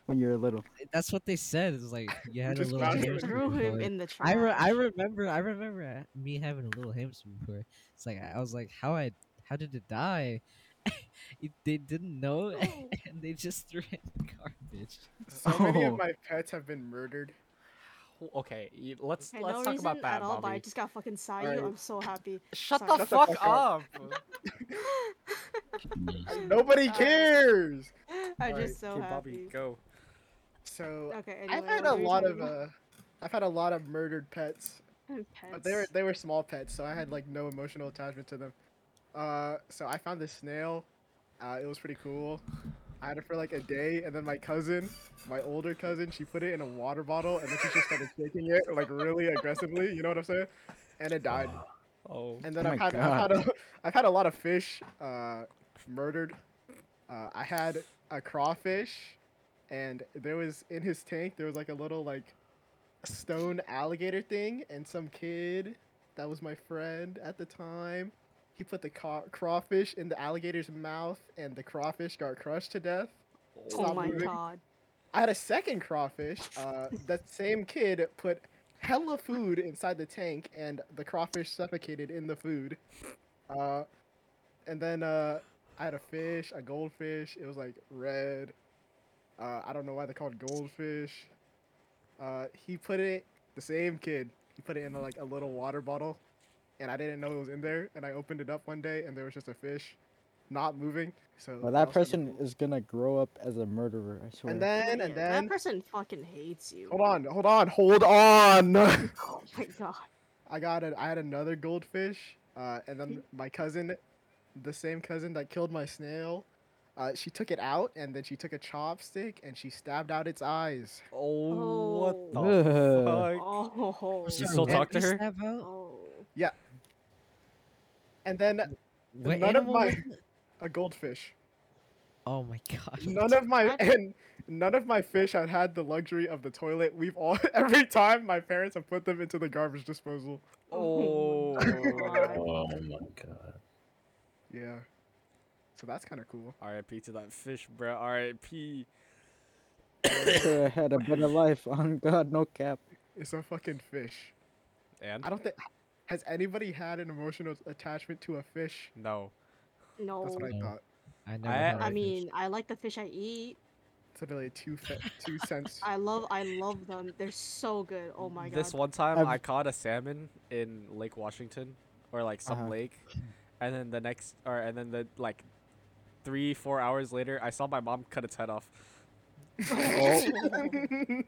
[SPEAKER 7] when you were little?
[SPEAKER 3] That's what they said. It's like you had a
[SPEAKER 1] just
[SPEAKER 3] little
[SPEAKER 1] found him
[SPEAKER 5] They
[SPEAKER 1] and
[SPEAKER 3] hamster.
[SPEAKER 5] threw him
[SPEAKER 3] before.
[SPEAKER 5] in the trash.
[SPEAKER 3] I re- I remember I remember uh, me having a little hamster before. It's like I was like, how I how did it die? It- they didn't know,
[SPEAKER 5] Oh.
[SPEAKER 3] and they just threw it in the garbage.
[SPEAKER 1] So many
[SPEAKER 7] Oh.
[SPEAKER 1] of my pets have been murdered.
[SPEAKER 8] Okay, y- let's
[SPEAKER 5] Okay,
[SPEAKER 8] let's
[SPEAKER 5] no
[SPEAKER 8] talk
[SPEAKER 5] reason
[SPEAKER 8] about that,
[SPEAKER 5] at all, but I
[SPEAKER 8] Bobby.
[SPEAKER 5] just got fucking Sayu.
[SPEAKER 1] Alright.
[SPEAKER 5] I'm so happy.
[SPEAKER 8] Shut
[SPEAKER 5] Sorry.
[SPEAKER 8] the fuck up.
[SPEAKER 1] Nobody
[SPEAKER 5] Alright.
[SPEAKER 1] cares.
[SPEAKER 5] I'm
[SPEAKER 1] Alright,
[SPEAKER 5] just so
[SPEAKER 2] okay, Bobby,
[SPEAKER 5] happy.
[SPEAKER 2] go.
[SPEAKER 1] So
[SPEAKER 5] Okay, anyway,
[SPEAKER 1] I've had
[SPEAKER 5] what
[SPEAKER 1] a
[SPEAKER 5] were you
[SPEAKER 1] lot
[SPEAKER 5] talking
[SPEAKER 1] of
[SPEAKER 5] about?
[SPEAKER 1] uh, I've had a lot of murdered pets. But they were
[SPEAKER 5] Pets.
[SPEAKER 1] they were small pets, so I had like no emotional attachment to them. Uh, so I found this snail. Uh, it was pretty cool. I had it for like a day, and then my cousin, my older cousin, she put it in a water bottle, and then she just started shaking it like really aggressively. You know what I'm saying? And it died.
[SPEAKER 8] Oh.
[SPEAKER 1] And then
[SPEAKER 7] Oh
[SPEAKER 1] I've,
[SPEAKER 7] my
[SPEAKER 1] had, I've had a I've had a lot of fish uh, murdered. Uh, I had a crawfish, and there was in his tank there was like a little like stone alligator thing, and some kid that was my friend at the time. He put the ca- crawfish in the alligator's mouth, and the crawfish got crushed to death.
[SPEAKER 5] Oh
[SPEAKER 1] Stop
[SPEAKER 5] my
[SPEAKER 1] moving.
[SPEAKER 5] god.
[SPEAKER 1] I had a second crawfish. Uh, that same kid put hella food inside the tank, and the crawfish suffocated in the food. Uh, and then uh, I had a fish, a goldfish. It was like red. Uh, I don't know why they're called goldfish. Uh, he put it, the same kid, he put it in like a little water bottle, and I didn't know it was in there. And I opened it up one day, and there was just a fish, not moving. So
[SPEAKER 7] Well, that
[SPEAKER 1] lost him.
[SPEAKER 7] person is gonna grow up as a murderer. I swear.
[SPEAKER 1] And then, and
[SPEAKER 5] that
[SPEAKER 1] then, Oh
[SPEAKER 5] person fucking hates you.
[SPEAKER 1] hold on, hold on, hold on.
[SPEAKER 5] Oh my god.
[SPEAKER 1] I got it. I had another goldfish, uh, and then my cousin, the same cousin that killed my snail, uh, she took it out and then she took a chopstick and she stabbed out its eyes.
[SPEAKER 2] Oh, what the
[SPEAKER 7] Ugh.
[SPEAKER 2] fuck?
[SPEAKER 5] Oh.
[SPEAKER 2] You
[SPEAKER 3] Sorry,
[SPEAKER 2] still
[SPEAKER 3] what
[SPEAKER 2] talk
[SPEAKER 3] did
[SPEAKER 2] to
[SPEAKER 3] you
[SPEAKER 2] her?
[SPEAKER 3] stab out?
[SPEAKER 5] Oh.
[SPEAKER 1] And then
[SPEAKER 3] What
[SPEAKER 1] none of
[SPEAKER 3] animal
[SPEAKER 1] my-
[SPEAKER 3] was it?
[SPEAKER 1] a goldfish.
[SPEAKER 3] Oh my god.
[SPEAKER 1] None of my
[SPEAKER 5] What?
[SPEAKER 1] and none of my fish had had the luxury of the toilet. We've all every time my parents have put them into the garbage disposal.
[SPEAKER 5] Oh
[SPEAKER 2] Oh.
[SPEAKER 5] my God.
[SPEAKER 4] Oh my god.
[SPEAKER 1] Yeah. So that's kind of cool.
[SPEAKER 2] R.I.P. to that fish, bro. R.I.P.
[SPEAKER 7] Sure, I had a better life. On God, no cap.
[SPEAKER 1] It's a fucking fish.
[SPEAKER 2] And
[SPEAKER 1] I don't think has anybody had an emotional attachment to a fish.
[SPEAKER 2] no.
[SPEAKER 5] No.
[SPEAKER 1] That's what I
[SPEAKER 3] No.
[SPEAKER 1] thought.
[SPEAKER 3] I never
[SPEAKER 2] I-
[SPEAKER 3] had
[SPEAKER 5] I
[SPEAKER 3] fish.
[SPEAKER 5] mean, I like the fish I eat.
[SPEAKER 1] It's literally two fe- two cents.
[SPEAKER 5] I love, I love them. They're so good. Oh my god.
[SPEAKER 2] This one time
[SPEAKER 7] I've-
[SPEAKER 2] I caught a salmon in Lake Washington or like some
[SPEAKER 7] Uh-huh.
[SPEAKER 2] lake, and then the next or and then the like three four hours later I saw my mom cut its head off.
[SPEAKER 7] Oh,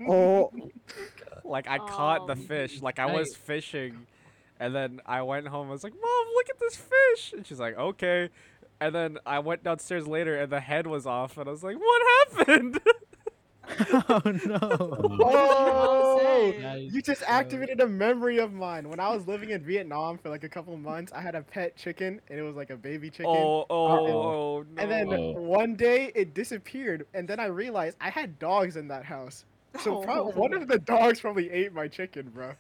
[SPEAKER 7] oh,
[SPEAKER 2] Like I caught the
[SPEAKER 5] Um,
[SPEAKER 2] fish. Like I
[SPEAKER 3] I-
[SPEAKER 2] was fishing, and then I went home. I was like, "Mom, look at this fish!" And she's like, "Okay." And then I went downstairs later, and the head was off, and I was like, "What happened?"
[SPEAKER 3] oh no.
[SPEAKER 1] Oh,
[SPEAKER 5] That
[SPEAKER 1] you just activated a memory of mine. When I was living in Vietnam for like a couple of months, I had a pet chicken, and it was like a baby chicken.
[SPEAKER 2] oh, oh,
[SPEAKER 7] Uh-oh.
[SPEAKER 2] oh, no!
[SPEAKER 1] And then
[SPEAKER 4] Oh.
[SPEAKER 1] one day it disappeared, and then I realized I had dogs in that house. So prob- one of the dogs probably ate my chicken, bro.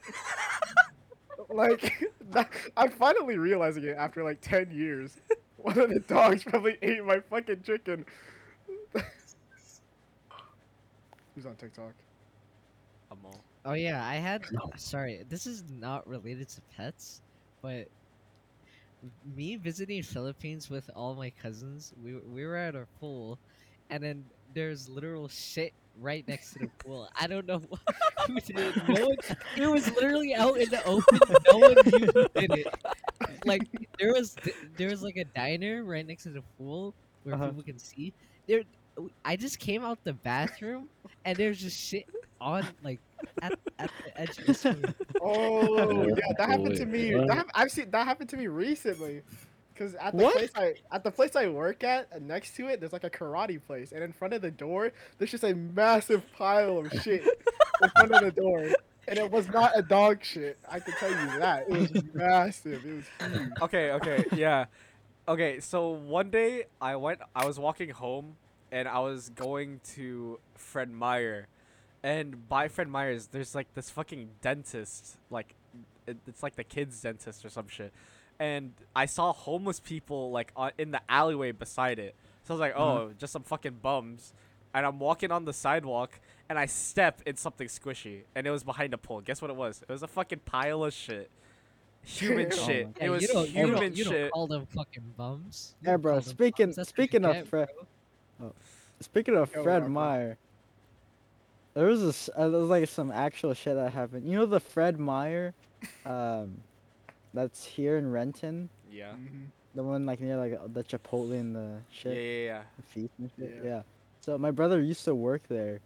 [SPEAKER 1] like, that- I'm finally realizing it after like 10 years. One of the dogs probably ate my fucking chicken. Who's on TikTok?
[SPEAKER 2] I'm all-
[SPEAKER 3] Oh yeah, I had.
[SPEAKER 4] No.
[SPEAKER 3] Sorry, this is not related to pets, but me visiting Philippines with all my cousins, we we were at our pool, and then there's literal shit right next to the pool. I don't know wha- who did it. No one, it was literally out in the open. No one knew who did it. Like there was d- there was like a diner right next to the pool where
[SPEAKER 7] Uh-huh.
[SPEAKER 3] people can see. There, I just came out the bathroom and there's just shit on like at, at the edge of the swimming
[SPEAKER 1] Oh, yeah, that happened to
[SPEAKER 4] Wait,
[SPEAKER 1] me.
[SPEAKER 4] what?
[SPEAKER 1] That, hap- I've seen that happened to me recently. Cause at the
[SPEAKER 7] What?
[SPEAKER 1] place I at the place I work at, uh, next to it, there's like a karate place, and in front of the door, there's just a massive pile of shit in front of the door, and it was not a dog shit. I can tell you that it was massive. It was huge.
[SPEAKER 2] okay, okay, yeah. Okay, so one day I went I was walking home and I was going to Fred Meyer. And by Fred Meyer's there's like this fucking dentist, like it, it's like the kids dentist or some shit. And I saw homeless people like on, in the alleyway beside it. So I was like, "Oh, just some fucking bums." And I'm walking on the sidewalk and I step in something squishy and it was behind a pole. Guess what it was? It was a fucking pile of shit. Human
[SPEAKER 1] Oh
[SPEAKER 2] shit.
[SPEAKER 3] Yeah,
[SPEAKER 2] it was
[SPEAKER 3] you don't, you
[SPEAKER 2] human
[SPEAKER 3] don't, you
[SPEAKER 2] shit.
[SPEAKER 3] don't call them fucking bums. You
[SPEAKER 7] Yeah,
[SPEAKER 3] don't
[SPEAKER 7] bro,
[SPEAKER 3] call them
[SPEAKER 7] speaking-
[SPEAKER 3] bums, that's what you
[SPEAKER 7] speaking of
[SPEAKER 3] get,
[SPEAKER 7] Fre- Oh,
[SPEAKER 3] bro.
[SPEAKER 7] speaking of
[SPEAKER 1] Yo,
[SPEAKER 7] Fred
[SPEAKER 1] Rocco.
[SPEAKER 7] Meyer, there was this. Uh, there was like some actual shit that happened. You know the Fred Meyer, um, that's here in Renton,
[SPEAKER 2] Yeah.
[SPEAKER 1] Mhm.
[SPEAKER 7] the one like near like the Chipotle and the
[SPEAKER 2] Yeah,
[SPEAKER 7] shit.
[SPEAKER 2] yeah, yeah.
[SPEAKER 7] the feet and shit,
[SPEAKER 1] Yeah.
[SPEAKER 7] Yeah. So my brother used to work there,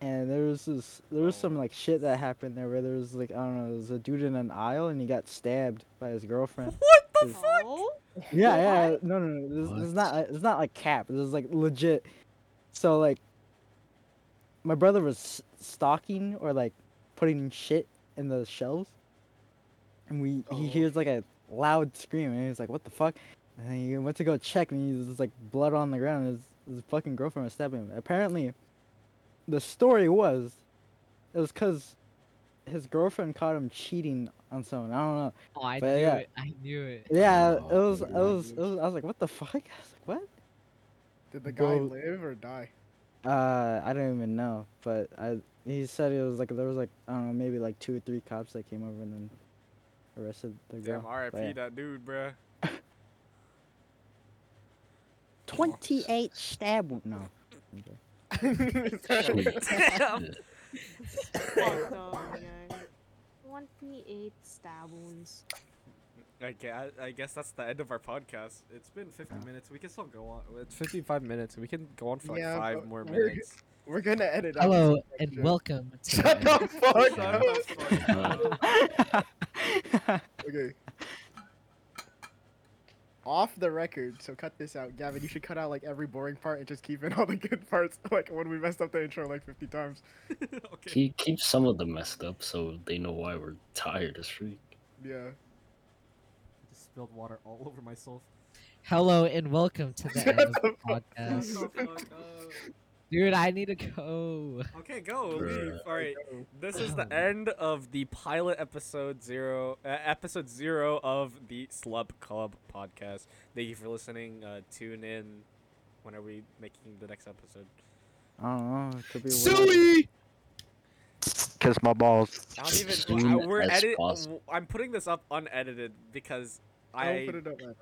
[SPEAKER 7] and there was this, there was some
[SPEAKER 2] Oh.
[SPEAKER 7] like shit that happened there where there was like I don't know, there was a dude in an aisle and he got stabbed by his girlfriend.
[SPEAKER 2] What the
[SPEAKER 7] Is-
[SPEAKER 2] fuck?
[SPEAKER 5] Oh,
[SPEAKER 7] yeah, yeah, yeah, no, no, no. This, this
[SPEAKER 4] What?
[SPEAKER 7] is not, uh, it's not like cap. This is like legit. So like, my brother was s- stalking or like putting shit in the shelves, and we
[SPEAKER 1] Oh.
[SPEAKER 7] he hears like a loud scream and he's like, "What the fuck?" And then he went to go check and he's like blood on the ground. And his, his fucking girlfriend was stabbing him. Apparently, the story was, it was because his girlfriend caught him cheating on someone. I don't know.
[SPEAKER 3] Oh, I
[SPEAKER 7] But
[SPEAKER 3] knew
[SPEAKER 7] yeah.
[SPEAKER 3] it. I knew it.
[SPEAKER 7] Yeah, it
[SPEAKER 4] Oh,
[SPEAKER 7] was, it
[SPEAKER 4] my
[SPEAKER 7] was, it was. I was like, "What the fuck?" I was like, "What?"
[SPEAKER 1] Did the guy
[SPEAKER 7] Bro.
[SPEAKER 1] live or die?
[SPEAKER 7] Uh, I don't even know, but I he said it was like there was like I don't know maybe like two or three cops that came over and then arrested the girl.
[SPEAKER 2] Damn, RIP
[SPEAKER 7] yeah.
[SPEAKER 2] that dude, bruh.
[SPEAKER 7] Twenty eight stab wound. No.
[SPEAKER 6] Damn.
[SPEAKER 5] Fucked up, guy. 28 stab wounds.
[SPEAKER 2] Okay, I, I guess that's the end of our podcast. It's been 50 minutes. We can still go on. It's 55 minutes. We can go on for like
[SPEAKER 1] Yeah,
[SPEAKER 2] five
[SPEAKER 1] but
[SPEAKER 2] more
[SPEAKER 1] we're-
[SPEAKER 2] minutes.
[SPEAKER 1] We're gonna edit. out
[SPEAKER 3] Hello
[SPEAKER 1] this
[SPEAKER 3] and
[SPEAKER 1] section.
[SPEAKER 3] welcome. To
[SPEAKER 1] Shut
[SPEAKER 3] the-
[SPEAKER 1] the fuck
[SPEAKER 2] Shut
[SPEAKER 1] up.
[SPEAKER 2] the fuck up.
[SPEAKER 1] Okay. Off the record, so cut this out, Gavin. You should cut out like every boring part and just keep in all the good parts. Like when we messed up the intro like 50 times.
[SPEAKER 2] okay.
[SPEAKER 4] Keep, keep some of them messed up so they know why we're tired as freak.
[SPEAKER 1] Yeah.
[SPEAKER 2] Just spilled water all over myself.
[SPEAKER 3] Hello and welcome to the end of the
[SPEAKER 1] Shut
[SPEAKER 3] podcast.
[SPEAKER 1] fuck
[SPEAKER 3] Dude, I need to go.
[SPEAKER 2] uh, okay, go. Leave.
[SPEAKER 4] Bruh.
[SPEAKER 2] All right.
[SPEAKER 1] No.
[SPEAKER 2] This is the
[SPEAKER 3] Oh.
[SPEAKER 2] end of the pilot episode zero, uh, episode zero of the Slub Club podcast. Thank you for listening. Uh, tune in. When are we making the next episode?
[SPEAKER 9] I don't know. It could be
[SPEAKER 7] Kiss my balls.
[SPEAKER 2] I don't even.
[SPEAKER 4] Soon
[SPEAKER 2] I, we're
[SPEAKER 4] as
[SPEAKER 2] edit.
[SPEAKER 4] possible.
[SPEAKER 2] I'm putting this up unedited because
[SPEAKER 1] I
[SPEAKER 2] I
[SPEAKER 1] won't put it up. man.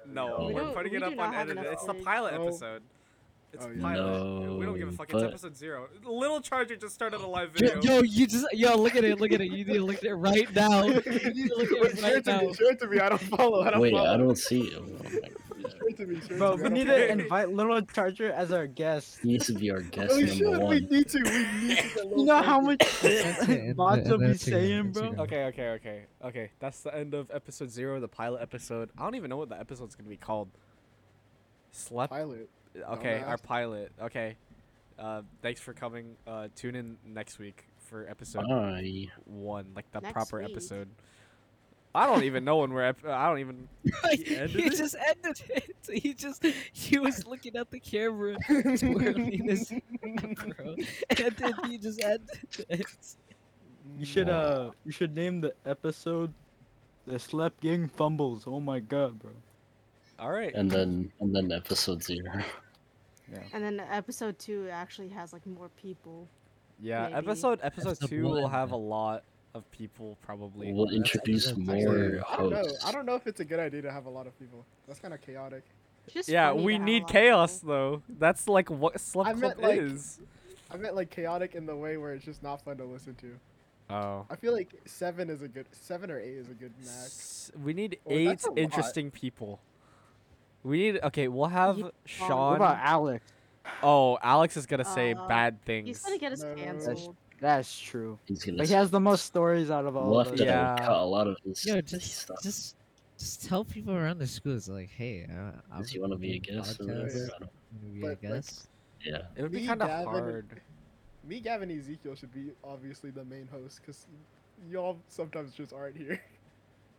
[SPEAKER 2] no.
[SPEAKER 4] We
[SPEAKER 2] we're
[SPEAKER 5] don't-
[SPEAKER 2] putting
[SPEAKER 5] we
[SPEAKER 2] it
[SPEAKER 5] do
[SPEAKER 2] up
[SPEAKER 5] not have
[SPEAKER 2] unedited.
[SPEAKER 5] enough
[SPEAKER 2] It's the
[SPEAKER 5] footage.
[SPEAKER 2] pilot
[SPEAKER 1] Oh.
[SPEAKER 2] episode. It's
[SPEAKER 1] Oh, yeah.
[SPEAKER 2] pilot. we don't give a
[SPEAKER 4] No,
[SPEAKER 2] fuck. It's
[SPEAKER 4] but-
[SPEAKER 2] episode zero. Little Charger just started a live
[SPEAKER 3] Yo,
[SPEAKER 2] video.
[SPEAKER 3] yo, you just yo, look at it, look at it. You need to look at it right now. You need to look
[SPEAKER 1] Wait,
[SPEAKER 3] at it
[SPEAKER 1] share
[SPEAKER 3] right
[SPEAKER 1] it to
[SPEAKER 3] now.
[SPEAKER 1] me. Share it to me. I don't follow. I don't
[SPEAKER 4] Wait,
[SPEAKER 1] follow.
[SPEAKER 4] I don't see it. Oh my God.
[SPEAKER 1] Share it to me. Share it
[SPEAKER 9] Bro,
[SPEAKER 1] to
[SPEAKER 9] we
[SPEAKER 1] me.
[SPEAKER 9] need
[SPEAKER 1] I
[SPEAKER 9] to invite Little Charger as our guest.
[SPEAKER 4] He needs to be our guest
[SPEAKER 1] don't follow. Oh, We
[SPEAKER 4] number
[SPEAKER 1] should. We need to.
[SPEAKER 4] one.
[SPEAKER 1] We need to.
[SPEAKER 9] You know how much
[SPEAKER 3] That's it,
[SPEAKER 9] shit
[SPEAKER 3] and
[SPEAKER 9] bots
[SPEAKER 3] the-
[SPEAKER 9] will be
[SPEAKER 3] that's it,
[SPEAKER 9] saying,
[SPEAKER 3] that's
[SPEAKER 9] bro?
[SPEAKER 3] it.
[SPEAKER 2] Okay, okay, okay, okay. That's the end of episode zero, the pilot episode. I don't even know what the episode's gonna be called. Slept.
[SPEAKER 1] Pilot.
[SPEAKER 2] Okay, our
[SPEAKER 1] dumbass.
[SPEAKER 2] pilot. Okay. Uh, thanks for coming. Uh, tune in next week for episode
[SPEAKER 4] Bye.
[SPEAKER 2] one, like the
[SPEAKER 5] Next
[SPEAKER 2] proper
[SPEAKER 5] week.
[SPEAKER 2] episode. I don't even know when we're. Ep- I don't even.
[SPEAKER 3] Like,
[SPEAKER 2] He ended
[SPEAKER 3] he
[SPEAKER 2] it?
[SPEAKER 3] just ended it. He just he was looking at the camera, twirling his bro, and then he just ended it.
[SPEAKER 9] You should
[SPEAKER 4] Wow.
[SPEAKER 9] uh, you should name the episode "The Slap Gang Fumbles." Oh my god, bro.
[SPEAKER 2] All right.
[SPEAKER 4] And then and then episode zero.
[SPEAKER 5] And then episode 2 actually has like more people.
[SPEAKER 2] Yeah.
[SPEAKER 5] maybe.
[SPEAKER 2] Episode episode
[SPEAKER 3] Episode
[SPEAKER 2] two will
[SPEAKER 3] one.
[SPEAKER 2] have a lot of people probably.
[SPEAKER 4] We'll introduce
[SPEAKER 3] that's
[SPEAKER 4] more
[SPEAKER 1] I don't know.
[SPEAKER 4] hosts.
[SPEAKER 1] I don't know if it's a good idea to have a lot of people. That's kind of chaotic.
[SPEAKER 5] Just
[SPEAKER 2] yeah,
[SPEAKER 5] funny
[SPEAKER 2] we
[SPEAKER 5] to have a
[SPEAKER 2] need
[SPEAKER 5] lot of
[SPEAKER 2] chaos
[SPEAKER 5] people.
[SPEAKER 2] though. That's like what
[SPEAKER 1] I
[SPEAKER 2] Slump Club
[SPEAKER 1] meant, like-
[SPEAKER 2] is.
[SPEAKER 1] I meant like chaotic in the way where it's just not fun to listen to.
[SPEAKER 2] Oh.
[SPEAKER 1] I feel like seven is a good seven or eight is a good max.
[SPEAKER 2] S- We need
[SPEAKER 1] Oh,
[SPEAKER 2] eight
[SPEAKER 1] that's a lot.
[SPEAKER 2] interesting people. We need okay. We'll have
[SPEAKER 9] What
[SPEAKER 2] Sean.
[SPEAKER 9] about Alex?
[SPEAKER 2] Oh, Alex is gonna say
[SPEAKER 5] Uh,
[SPEAKER 2] bad things.
[SPEAKER 5] He's gonna get us
[SPEAKER 1] No.
[SPEAKER 5] cancelled.
[SPEAKER 9] That's true.
[SPEAKER 4] He's gonna
[SPEAKER 9] But he has the most stories out of all
[SPEAKER 4] we'll
[SPEAKER 9] of
[SPEAKER 4] have
[SPEAKER 9] us.
[SPEAKER 4] to
[SPEAKER 2] Yeah.
[SPEAKER 4] cut a lot of his
[SPEAKER 3] Yo,
[SPEAKER 4] his
[SPEAKER 3] just uh,
[SPEAKER 4] stuff.
[SPEAKER 3] just just tell people around the school. It's like, hey, uh, I'm
[SPEAKER 4] Does he want to be a
[SPEAKER 3] doing
[SPEAKER 4] guest? Or
[SPEAKER 3] podcast,
[SPEAKER 4] whatever?
[SPEAKER 1] podcast.
[SPEAKER 4] I don't-
[SPEAKER 3] I'm gonna be a
[SPEAKER 1] But, like,
[SPEAKER 3] guest.
[SPEAKER 4] yeah.
[SPEAKER 2] It would be
[SPEAKER 1] Me,
[SPEAKER 2] kind of
[SPEAKER 1] Gavin-
[SPEAKER 2] hard.
[SPEAKER 1] Me, Gavin, and Ezekiel should be obviously the main host because y'all sometimes just aren't here.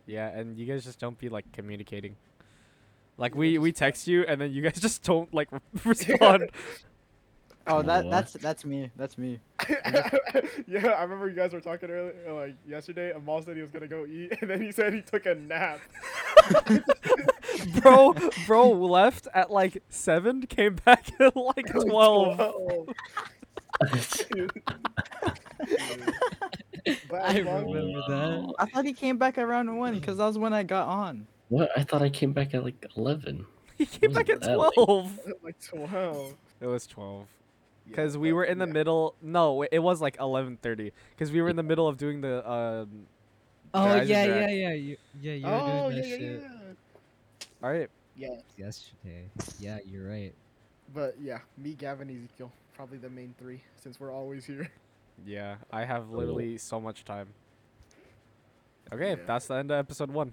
[SPEAKER 2] Yeah, and you guys just don't be like communicating. Like
[SPEAKER 1] Yeah,
[SPEAKER 2] we
[SPEAKER 1] just-
[SPEAKER 2] we text you and then you guys just don't like respond.
[SPEAKER 9] Oh, that
[SPEAKER 4] Aw.
[SPEAKER 9] that's that's me. That's me.
[SPEAKER 1] yeah, I remember you guys were talking earlier, like yesterday. Amal said he was gonna go eat, and then he said he took a nap.
[SPEAKER 2] bro, bro left at like seven, came back at like
[SPEAKER 1] Like,
[SPEAKER 2] twelve.
[SPEAKER 1] 12. but
[SPEAKER 3] I
[SPEAKER 1] as long,
[SPEAKER 3] remember. that.
[SPEAKER 4] Wow.
[SPEAKER 9] I thought he came back around one because that was when I got on.
[SPEAKER 4] What? I thought I came back at like eleven.
[SPEAKER 2] He came
[SPEAKER 4] Wasn't
[SPEAKER 2] back at
[SPEAKER 4] that late.
[SPEAKER 2] twelve.
[SPEAKER 1] like twelve.
[SPEAKER 2] It was twelve.
[SPEAKER 1] Yeah,
[SPEAKER 2] Because we
[SPEAKER 1] but
[SPEAKER 2] were in the
[SPEAKER 1] yeah.
[SPEAKER 2] middle. No, it was like eleven thirty. Because we were in the middle of doing the um,
[SPEAKER 3] Oh
[SPEAKER 2] Guys,
[SPEAKER 3] yeah, yeah,
[SPEAKER 2] Jack.
[SPEAKER 3] yeah, you, yeah. You were
[SPEAKER 1] Oh
[SPEAKER 3] doing
[SPEAKER 1] yeah,
[SPEAKER 3] that
[SPEAKER 1] yeah,
[SPEAKER 3] shit
[SPEAKER 1] yeah.
[SPEAKER 2] All right.
[SPEAKER 1] Yeah,
[SPEAKER 3] yesterday. Yeah, you're right.
[SPEAKER 1] but yeah, me, Gavin, Ezekiel, probably the main three since we're always here.
[SPEAKER 2] Yeah, I have
[SPEAKER 4] Cool.
[SPEAKER 2] literally so much time. Okay,
[SPEAKER 1] Yeah.
[SPEAKER 2] that's the end of episode one.